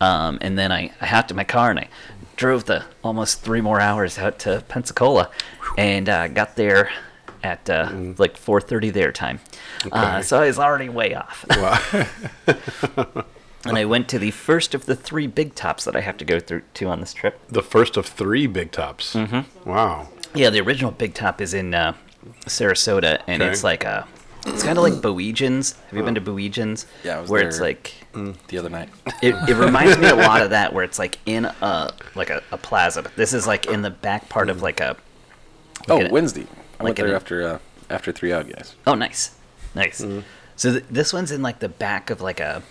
Speaker 1: Um, and then I I hopped in my car and I drove the almost three more hours out to Pensacola, and uh, got there at uh, like 4:30 their time. Uh,
Speaker 3: Okay.
Speaker 1: so I was already way off. and I went to the first of the three big tops that I have to go through to on this trip.
Speaker 3: The first of three big tops. Mm-hmm. Wow.
Speaker 1: Yeah, the original Big Top is in uh, Sarasota, and
Speaker 3: Okay.
Speaker 1: it's like a, it's kind of like Boegians. Have you been to Boegians?
Speaker 5: Yeah, I was
Speaker 1: where it's
Speaker 5: there
Speaker 1: like
Speaker 5: the other night.
Speaker 1: It, it reminds me a lot of that, where it's like in a like a, a plaza, but this is like in the back part of like a.
Speaker 5: Oh,
Speaker 1: like an-
Speaker 5: Wednesday. I went
Speaker 1: like an-
Speaker 5: there after uh, after three out guys.
Speaker 1: Oh, nice, nice.
Speaker 5: Mm-hmm.
Speaker 1: So th- this one's in like the back of like a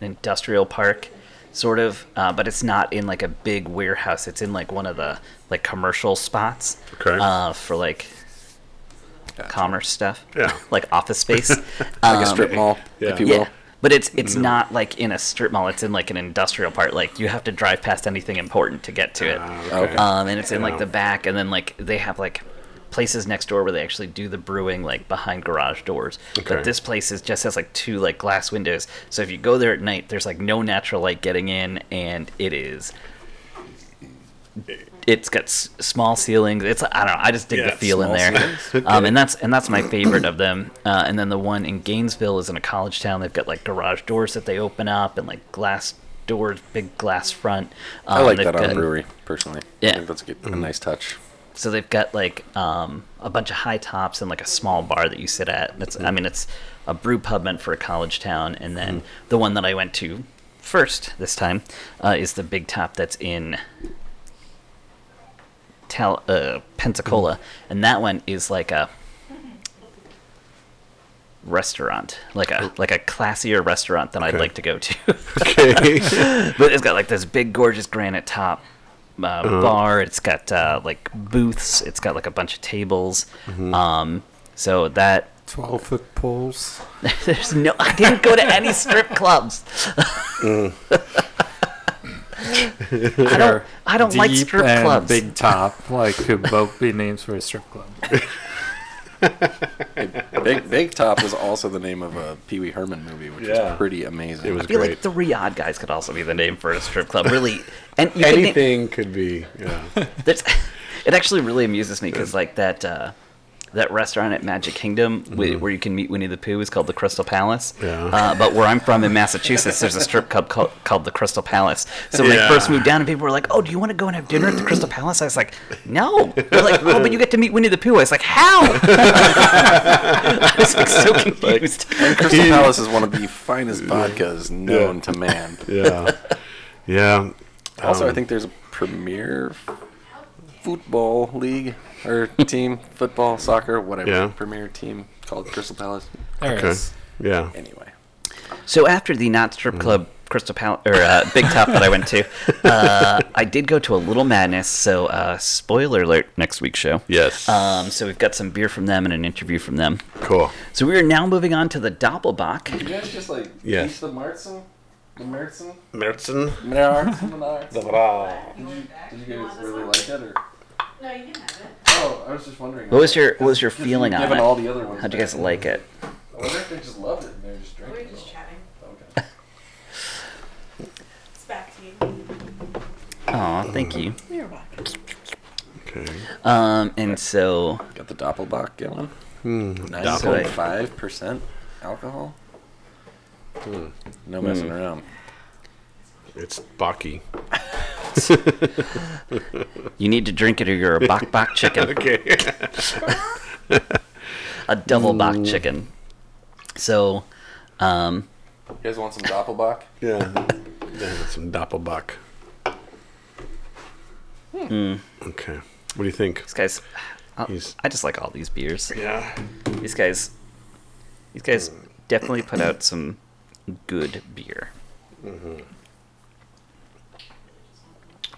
Speaker 1: an industrial park, sort of, uh, but it's not in like a big warehouse. It's in like one of the like commercial spots
Speaker 3: Okay.
Speaker 1: uh, for like commerce stuff.
Speaker 3: Yeah.
Speaker 1: like office space, Um,
Speaker 5: Like a strip mall, Mm-hmm.
Speaker 3: Yeah.
Speaker 5: if you will.
Speaker 1: But it's it's not like in a strip mall. It's in like an industrial part. Like you have to drive past anything important to get to it.
Speaker 5: okay.
Speaker 1: Um, and it's in like
Speaker 3: Yeah.
Speaker 1: the back, and then like they have like places next door where they actually do the brewing like behind garage doors.
Speaker 3: Okay.
Speaker 1: But this place is just has like two like glass windows. So if you go there at night, there's like no natural light getting in, and it is. It's got s- small ceilings. It's I don't know. I just dig
Speaker 3: Yeah,
Speaker 1: the feel in
Speaker 5: small
Speaker 1: there,
Speaker 5: ceilings.
Speaker 1: um, and that's and that's my favorite of them. Uh, and then the one in Gainesville is in a college town. They've got like garage doors that they open up and like glass doors, big glass front. Um,
Speaker 5: I like
Speaker 1: they've
Speaker 5: that on a
Speaker 1: got-
Speaker 5: brewery personally. I
Speaker 1: Yeah.
Speaker 5: think that's a, good, a
Speaker 3: Mm-hmm.
Speaker 5: nice touch.
Speaker 1: so they've got like um, a bunch of high tops and like a small bar that you sit at. That's I mean it's a brew pub meant for a college town, and then the one that I went to first this time uh, is the big top that's in Tal- uh, Pensacola, and that one is like a restaurant, like a like a classier restaurant than I'd
Speaker 3: Okay.
Speaker 1: like to go to.
Speaker 3: Okay.
Speaker 1: but it's got like this big, gorgeous granite top uh,
Speaker 2: Uh-huh.
Speaker 1: bar. It's got uh, like booths. It's got like a bunch of tables.
Speaker 2: Mm-hmm.
Speaker 1: Um, so that
Speaker 2: Twelve foot poles.
Speaker 1: there's no. I didn't go to any strip clubs.
Speaker 2: Mm.
Speaker 1: I don't. I don't like
Speaker 2: Deep
Speaker 1: strip
Speaker 2: and
Speaker 1: clubs.
Speaker 2: Big Top, like, could both be names for a strip club.
Speaker 5: Big Big Top was also the name of a Pee Wee Herman movie, which
Speaker 3: Yeah.
Speaker 5: is pretty amazing.
Speaker 3: It was
Speaker 1: I feel
Speaker 3: great.
Speaker 1: like three odd guys could also be the name for a strip club. Really, and you could name-
Speaker 3: Anything could be. Yeah.
Speaker 1: That's, it actually really amuses me because like that uh, that restaurant at Magic Kingdom wh- where you can meet Winnie the Pooh is called the Crystal Palace.
Speaker 3: Mm-hmm. Yeah.
Speaker 1: Uh, but where I'm from in Massachusetts, there's a strip club called, called the Crystal Palace. So when
Speaker 3: Yeah.
Speaker 1: I first moved down, and people were like, "Oh, do you want to go and have dinner at the Crystal Palace?" I was like, "No." They're like, "Oh, but you get to meet Winnie the Pooh." I was like, "How?" I was like so confused.
Speaker 5: Crystal Palace is one of the finest vodkas known to man.
Speaker 3: Yeah. yeah.
Speaker 5: Also, I
Speaker 3: Um,
Speaker 5: think there's a Premier Football League or team, football, soccer, whatever.
Speaker 3: Yeah.
Speaker 5: Premier team called Crystal Palace.
Speaker 2: There it
Speaker 3: Okay.
Speaker 2: is.
Speaker 3: Yeah.
Speaker 5: Anyway,
Speaker 1: So after the not strip club Crystal Palace or uh, Big Top that I went to, uh, I did go to a Little Madness. So uh, spoiler alert, next week's show.
Speaker 3: Yes.
Speaker 1: Um, so we've got some beer from them and an interview from them.
Speaker 3: cool.
Speaker 1: So we are now moving on to the Doppelbach.
Speaker 5: you guys just like
Speaker 3: Yeah. East
Speaker 5: the Martzen, the Martzen,
Speaker 3: Mertzen.
Speaker 5: Did you, did you guys really like it or?
Speaker 6: No, you can have it.
Speaker 5: Oh, I was just wondering.
Speaker 1: What was your What was your feeling on
Speaker 5: Given all
Speaker 1: it?
Speaker 5: the other ones.
Speaker 1: How'd you guys like it?
Speaker 5: I wonder if they just loved it and they were just
Speaker 6: We're
Speaker 5: drinking. it
Speaker 6: just
Speaker 5: all.
Speaker 6: chatting.
Speaker 5: Okay.
Speaker 6: It's back to you.
Speaker 1: Oh, thank you.
Speaker 6: You're back.
Speaker 3: Okay.
Speaker 1: Um, and so
Speaker 5: Got the Doppelbock going.
Speaker 3: Hmm,
Speaker 1: Doppel.
Speaker 5: Ninety-five percent alcohol.
Speaker 3: Hmm.
Speaker 5: No messing around.
Speaker 3: It's Baki.
Speaker 1: you need to drink it or you're a bach bach chicken.
Speaker 3: Okay.
Speaker 1: a double bock chicken. So, um,
Speaker 5: You guys want some Doppelbach?
Speaker 3: Yeah. yeah some Doppelbach. Okay. What do you think?
Speaker 1: These guys, I, I just like all these beers.
Speaker 3: Yeah.
Speaker 1: These guys, these guys
Speaker 3: Mm.
Speaker 1: definitely put out some good beer.
Speaker 3: Mm-hmm.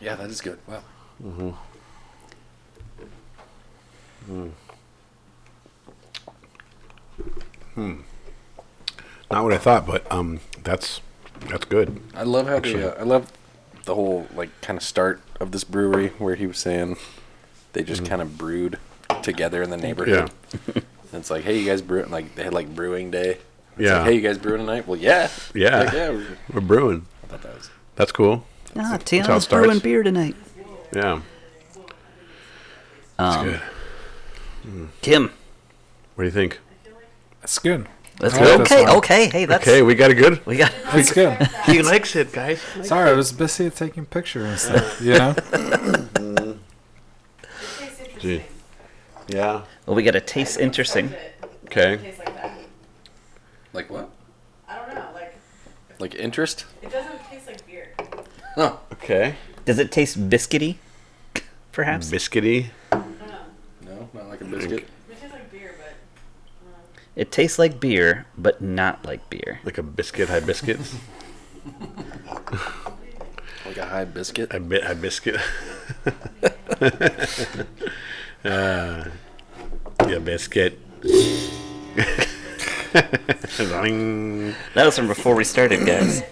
Speaker 5: Yeah, that is good. Wow.
Speaker 3: Mm-hmm. Mm. Hmm. Not what I thought, but um, that's that's good.
Speaker 5: I love how
Speaker 3: Actually.
Speaker 5: the uh, I love the whole like kind of start of this brewery where he was saying they
Speaker 3: Mm-hmm.
Speaker 5: just kind of brewed together in the neighborhood. and it's like, hey, you guys brew like they had like brewing day. It's
Speaker 3: Yeah.
Speaker 5: Like, hey, you guys brewing tonight? Well, yeah.
Speaker 3: Yeah.
Speaker 5: Like, yeah. we-
Speaker 3: We're brewing.
Speaker 5: I thought that was
Speaker 3: That's cool.
Speaker 1: Ah,
Speaker 3: That's how it
Speaker 1: Taylor's
Speaker 3: starts.
Speaker 1: brewing beer tonight.
Speaker 3: Yeah. That's
Speaker 1: Um,
Speaker 3: good.
Speaker 1: Tim,
Speaker 3: What do you think?
Speaker 2: That's good.
Speaker 1: That's
Speaker 3: I
Speaker 1: good.
Speaker 3: this
Speaker 1: Okay,
Speaker 3: one.
Speaker 1: okay, hey, that's-
Speaker 3: okay. We got it good.
Speaker 1: We got.
Speaker 2: That's good.
Speaker 4: He likes it, guys. He likes
Speaker 2: Sorry, I
Speaker 4: it.
Speaker 2: was busy taking pictures and stuff. You know.
Speaker 3: Gee. Yeah.
Speaker 1: well, we got a taste interesting.
Speaker 3: Okay.
Speaker 5: like what?
Speaker 6: I don't know. Like
Speaker 5: Like interest?
Speaker 6: it doesn't taste like beer.
Speaker 5: Oh.
Speaker 3: Okay.
Speaker 1: Does it taste biscuity? Perhaps.
Speaker 3: Mm. Biscuity.
Speaker 5: No, not like a biscuit.
Speaker 1: It tastes like beer, but not like beer.
Speaker 3: Like a biscuit hibiscus.
Speaker 5: Like a high biscuit.
Speaker 3: A bit hibiscus. uh, yeah, biscuit. Zing.
Speaker 1: That was from before we started, guys.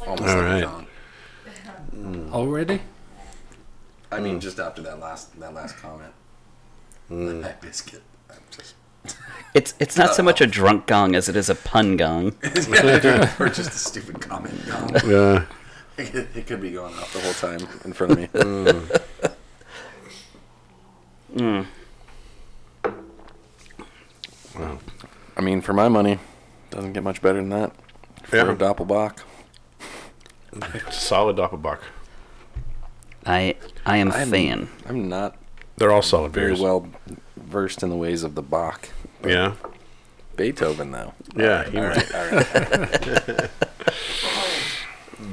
Speaker 5: Almost
Speaker 3: All
Speaker 5: like
Speaker 3: right.
Speaker 5: a John.
Speaker 2: Already?
Speaker 5: Mm. I
Speaker 3: Mm.
Speaker 5: mean, just after that last that last comment. Mm. High biscuit. I'm just.
Speaker 1: It's it's not so much a drunk gong as it is a pun gong.
Speaker 5: or just a stupid comment.
Speaker 3: Yeah.
Speaker 5: It could- it could be going off the whole time in front of me.
Speaker 1: Mm.
Speaker 5: I mean, for my money, doesn't get much better than that. For
Speaker 3: Yeah.
Speaker 5: a Doppelbach.
Speaker 3: Solid Doppelbock.
Speaker 1: I I am a
Speaker 5: I'm-
Speaker 1: fan.
Speaker 5: I'm not
Speaker 3: They're all solid
Speaker 5: very
Speaker 3: beers.
Speaker 5: well versed in the ways of the Bach. but
Speaker 3: Yeah.
Speaker 5: Beethoven, though.
Speaker 3: Yeah, he
Speaker 5: All right.
Speaker 3: might.
Speaker 5: All right.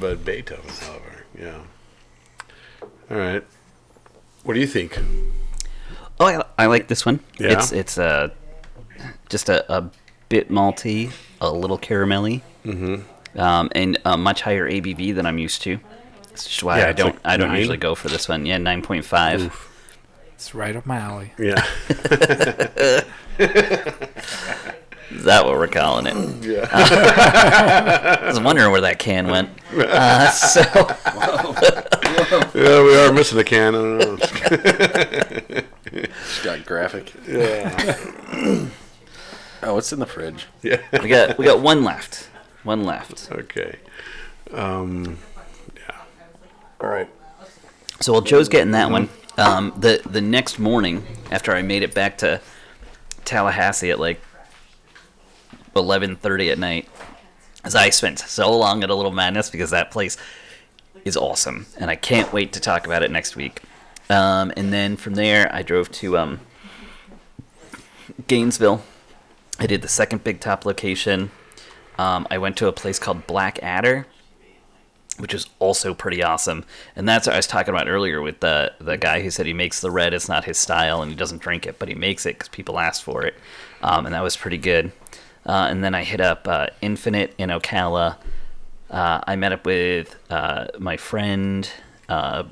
Speaker 3: But Beethoven, however, yeah. All right. What do you think?
Speaker 1: Oh, I, I like this one.
Speaker 3: Yeah?
Speaker 1: It's it's uh, just a, a bit malty, a little caramelly, mm-hmm. um, and a much higher ABV than I'm used to. Which is why
Speaker 3: Yeah,
Speaker 1: I
Speaker 3: it's
Speaker 1: don't
Speaker 3: like
Speaker 1: I don't
Speaker 3: nine?
Speaker 1: usually go for this one. Yeah, nine point five.
Speaker 2: It's right up my alley.
Speaker 3: Yeah.
Speaker 1: Is that what we're calling it? Yeah. I was wondering where that can went. Uh, so
Speaker 3: yeah, we are missing a can. I don't know.
Speaker 5: Just got graphic.
Speaker 3: yeah.
Speaker 5: Oh, it's in the fridge.
Speaker 3: Yeah.
Speaker 1: we got we got one left. One left.
Speaker 3: Okay. Um, yeah. All right.
Speaker 1: So while Joe's getting that one, um, the the next morning after I made it back to Tallahassee at like eleven thirty at night, as I spent so long at a Little Madness because that place is awesome, and I can't wait to talk about it next week. Um, and then from there, I drove to um, Gainesville. I did the second big top location. Um, I went to a place called Black Adder, which is also pretty awesome. And that's what I was talking about earlier with the the guy who said he makes the red. It's not his style, and he doesn't drink it, but he makes it because people ask for it, um, and that was pretty good. Uh, and then I hit up uh, Infinite in Ocala. Uh, I met up with uh, my friend uh,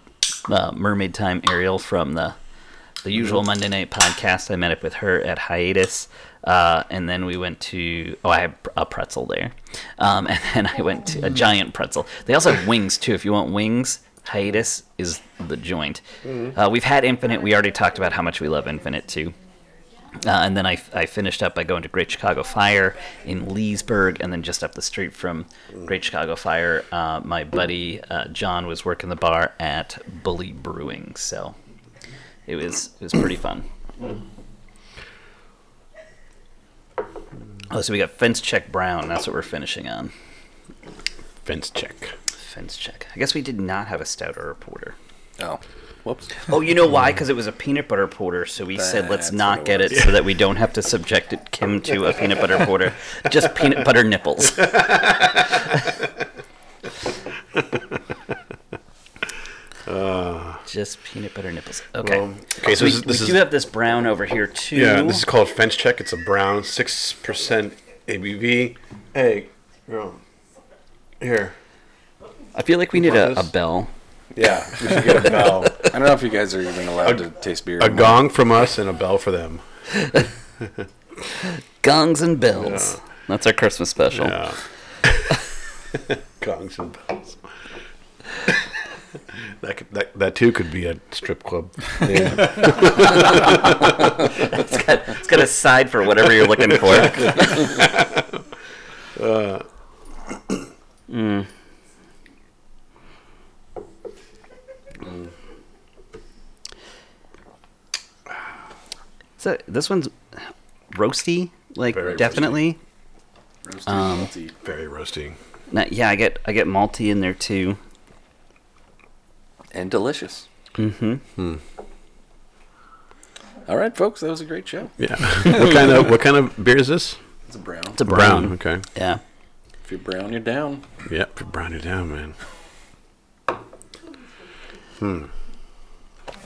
Speaker 1: uh, Mermaid Time Ariel from the the usual Monday night podcast. I met up with her at hiatus, uh, and then we went to oh, I had a pretzel there, um, and then I went to a giant pretzel. They also have wings too. If you want wings, hiatus is the joint. Uh, we've had Infinite. We already talked about how much we love Infinite too. Uh, and then I, I finished up by going to Great Chicago Fire in Leesburg, and then just up the street from Great Chicago Fire, uh, my buddy uh, John was working the bar at Bully Brewing, so it was it was pretty fun. Oh, so we got fence check brown. That's what we're finishing on.
Speaker 3: Fence check.
Speaker 1: Fence check. I guess we did not have a stout or a porter.
Speaker 5: Oh. Whoops.
Speaker 1: Oh, you know why? Because it was a peanut butter porter, so we said let's
Speaker 5: That's
Speaker 1: not
Speaker 5: what
Speaker 1: get it
Speaker 5: it was.
Speaker 1: so that we don't have to subject it, Kim to a peanut butter porter. Just peanut butter nipples. Just peanut butter nipples. Okay.
Speaker 3: Well, okay, so
Speaker 1: we,
Speaker 3: this is- this
Speaker 1: we
Speaker 3: is-
Speaker 1: do have this brown over here too.
Speaker 3: Yeah, this is called Fence Check. It's a brown, six percent ABV. Hey, girl, here.
Speaker 1: I feel like we need
Speaker 3: Want
Speaker 1: a, a
Speaker 3: this?
Speaker 1: bell.
Speaker 5: Yeah, we should get a bell. I don't know if you guys are even allowed to taste beer.
Speaker 3: A
Speaker 5: anymore.
Speaker 3: gong from us and a bell for them.
Speaker 1: Gongs and bells. That's our Christmas special.
Speaker 3: Yeah. Gongs and bells. that, could, that that too could be a strip club.
Speaker 1: it's got it's got a side for whatever you're looking for.
Speaker 3: uh,
Speaker 1: Mm. So this one's roasty, like
Speaker 3: Very
Speaker 1: definitely.
Speaker 5: Roasty,
Speaker 1: Um,
Speaker 5: malty.
Speaker 3: very roasty.
Speaker 1: Not- yeah, I get I get malty in there too.
Speaker 5: and delicious. Hmm.
Speaker 1: Mm-hmm.
Speaker 5: All right, folks, that was a great show.
Speaker 3: Yeah. what kind of what kind of beer is this?
Speaker 5: It's a brown.
Speaker 1: It's a brown.
Speaker 3: Okay.
Speaker 1: Yeah.
Speaker 5: If you're brown, you're down.
Speaker 3: Yep. Brown it down, man. Hmm.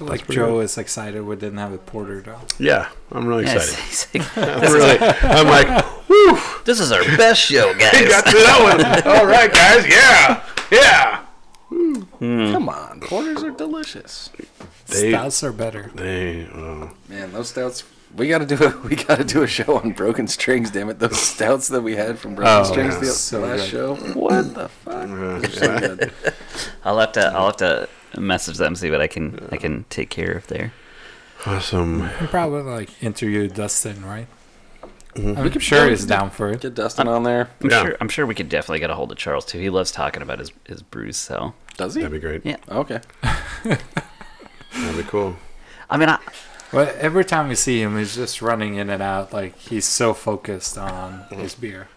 Speaker 2: like
Speaker 3: pretty
Speaker 2: Joe is excited we didn't have a porter though.
Speaker 3: Yeah, I'm really
Speaker 1: Yeah,
Speaker 3: excited.
Speaker 1: he's- he's like,
Speaker 3: I'm
Speaker 1: this is-
Speaker 3: really. I'm like, woo.
Speaker 1: This is our best show, guys.
Speaker 3: We got to that one. All right, guys. Yeah. Yeah.
Speaker 1: Hmm.
Speaker 5: Come on, porters are delicious.
Speaker 3: They-
Speaker 2: Stouts are better.
Speaker 3: They. oh, well,
Speaker 5: Man, those stouts. We gotta do a we gotta do a show on broken strings. Damn it, those stouts that we had from broken
Speaker 3: Oh,
Speaker 5: strings
Speaker 3: yeah.
Speaker 5: the
Speaker 2: So
Speaker 5: last
Speaker 2: good.
Speaker 5: show. What the fuck?
Speaker 3: uh,
Speaker 5: So
Speaker 3: yeah.
Speaker 5: good.
Speaker 1: I'll have to I'll have to message them see what I can I can take care of there.
Speaker 3: awesome.
Speaker 2: You probably like interview Dustin, right? I'm sure he's down for it.
Speaker 5: Get Dustin on there.
Speaker 1: I'm
Speaker 3: Yeah.
Speaker 1: sure I'm sure we could definitely get a hold of Charles too. He loves talking about his his brews. So
Speaker 5: Does he?
Speaker 3: That'd be great.
Speaker 1: Yeah.
Speaker 5: Okay.
Speaker 3: That'd be cool.
Speaker 1: I mean, I,
Speaker 2: But every time we see him, he's just running in and out. Like he's so focused on his beer,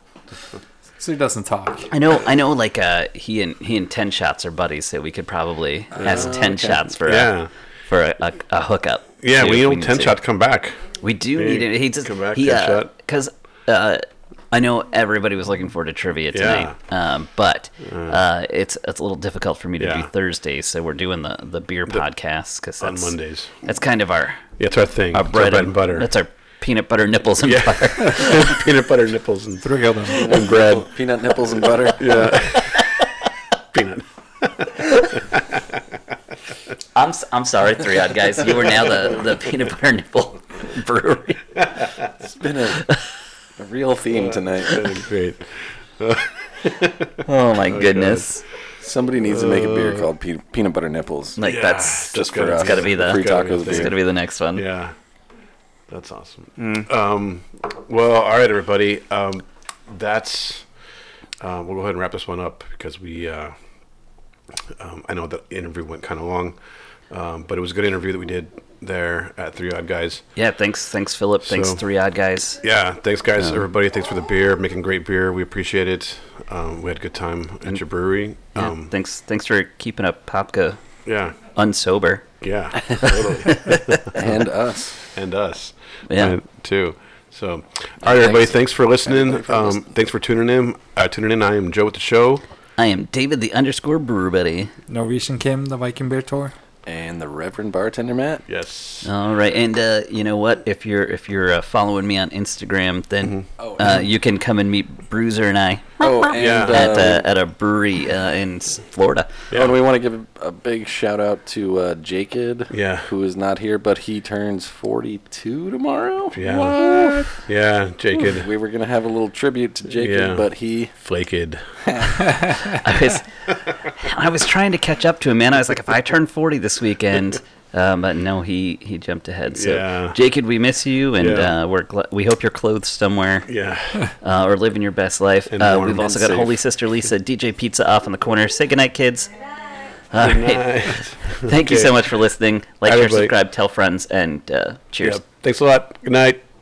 Speaker 2: so he doesn't talk.
Speaker 1: I know I know like uh he and he and Ten Shots are buddies, so we could probably ask Ten Shots for
Speaker 3: Oh, Yeah.
Speaker 1: a, for a, a, a hookup.
Speaker 3: Yeah,
Speaker 1: too,
Speaker 3: we
Speaker 1: if
Speaker 3: need
Speaker 1: need
Speaker 3: ten
Speaker 1: to.
Speaker 3: shot to come back.
Speaker 1: We do
Speaker 3: Hey,
Speaker 1: need it. He just
Speaker 3: come back,
Speaker 1: he,
Speaker 3: Ten
Speaker 1: uh,
Speaker 3: Shot.
Speaker 1: because uh, I know everybody was looking forward to trivia
Speaker 3: Yeah.
Speaker 1: tonight, um, but uh, it's it's a little difficult for me to do
Speaker 3: Yeah.
Speaker 1: Thursdays, so we're doing the the beer podcast because
Speaker 3: on
Speaker 1: that's
Speaker 3: Mondays.
Speaker 1: That's kind of our
Speaker 3: Yeah, it's our thing.
Speaker 1: our
Speaker 3: It's
Speaker 1: bread,
Speaker 3: and butter.
Speaker 1: That's our peanut butter nipples and
Speaker 3: Yeah.
Speaker 1: butter.
Speaker 3: peanut butter nipples and,
Speaker 2: Three of them.
Speaker 3: and bread.
Speaker 5: Peanut nipples and butter.
Speaker 3: Peanut.
Speaker 1: I'm s- I'm sorry, Three Odd Guys. You are now the, the peanut butter nipple brewery.
Speaker 5: It's been a, a real theme tonight.
Speaker 3: That'd be great.
Speaker 1: Oh my goodness!
Speaker 5: Somebody needs to make a beer called pe- peanut butter nipples.
Speaker 1: Like
Speaker 3: Yeah,
Speaker 1: that's
Speaker 3: just
Speaker 1: just
Speaker 3: for
Speaker 1: Uh, it's
Speaker 3: us.
Speaker 1: gotta be the
Speaker 5: Free tacos
Speaker 1: It's
Speaker 5: beer.
Speaker 1: gotta be the next one.
Speaker 3: Yeah, that's awesome. Um, well, all right, everybody. Um, that's uh, we'll go ahead and wrap this one up because we. Uh, um, I know the interview went kind of long, um, but it was a good interview that we did there at Three Odd Guys.
Speaker 1: Yeah, thanks, thanks, Philip. Thanks,
Speaker 3: So-
Speaker 1: Three Odd Guys.
Speaker 3: Yeah, thanks guys, everybody. Thanks for the beer, making great beer. We appreciate it. Um, we had a good time at your brewery.
Speaker 1: Yeah,
Speaker 3: Um,
Speaker 1: thanks, thanks for keeping up Popka
Speaker 3: yeah,
Speaker 1: unsober.
Speaker 3: yeah, totally.
Speaker 5: and us.
Speaker 3: and us.
Speaker 1: Yeah.
Speaker 3: uh, too. So, all right, everybody. Thanks for listening.
Speaker 5: Everybody for
Speaker 3: um,
Speaker 5: listening.
Speaker 3: Thanks for tuning in. Uh, tuning in. I am Joe with the show.
Speaker 1: I am David the underscore brewer buddy.
Speaker 2: Norwegian Kim, the Viking beer tour.
Speaker 5: And the Reverend Bartender Matt.
Speaker 3: Yes.
Speaker 1: All right, and uh, you know what? If you're if you're uh, following me on Instagram, then
Speaker 5: Oh,
Speaker 1: uh, you can come and meet Bruiser and I
Speaker 5: Oh, and
Speaker 3: Yeah.
Speaker 5: uh, oh,
Speaker 1: at uh, at a brewery uh, in S- Florida.
Speaker 5: and we want to give a big shout out to uh, Jacob,
Speaker 3: Yeah.
Speaker 5: who is not here, but he turns 42 tomorrow.
Speaker 3: Yeah. Yeah. Jacob.
Speaker 5: We were gonna have a little tribute to Jacob,
Speaker 3: Yeah.
Speaker 5: but he
Speaker 3: Flaked.
Speaker 1: I was I was trying to catch up to him, man. I was like, if I turn forty this weekend, um, but no, he he jumped ahead. So,
Speaker 3: Yeah.
Speaker 1: Jacob, we miss you, and
Speaker 3: Yeah.
Speaker 1: uh, we're gl- we hope you're clothed somewhere.
Speaker 3: Yeah.
Speaker 1: uh, or living your best life.
Speaker 3: And
Speaker 1: Uh,
Speaker 3: warm
Speaker 1: we've also
Speaker 5: and
Speaker 1: got
Speaker 5: safe.
Speaker 1: Holy Sister Lisa, DJ Pizza off in the corner. Say goodnight, kids. All right.
Speaker 3: Nice.
Speaker 1: Thank you
Speaker 3: Okay.
Speaker 1: so much for listening. Like, share,
Speaker 3: Everybody.
Speaker 1: subscribe, tell friends, and uh, cheers.
Speaker 3: Yep. Thanks a lot. Good night.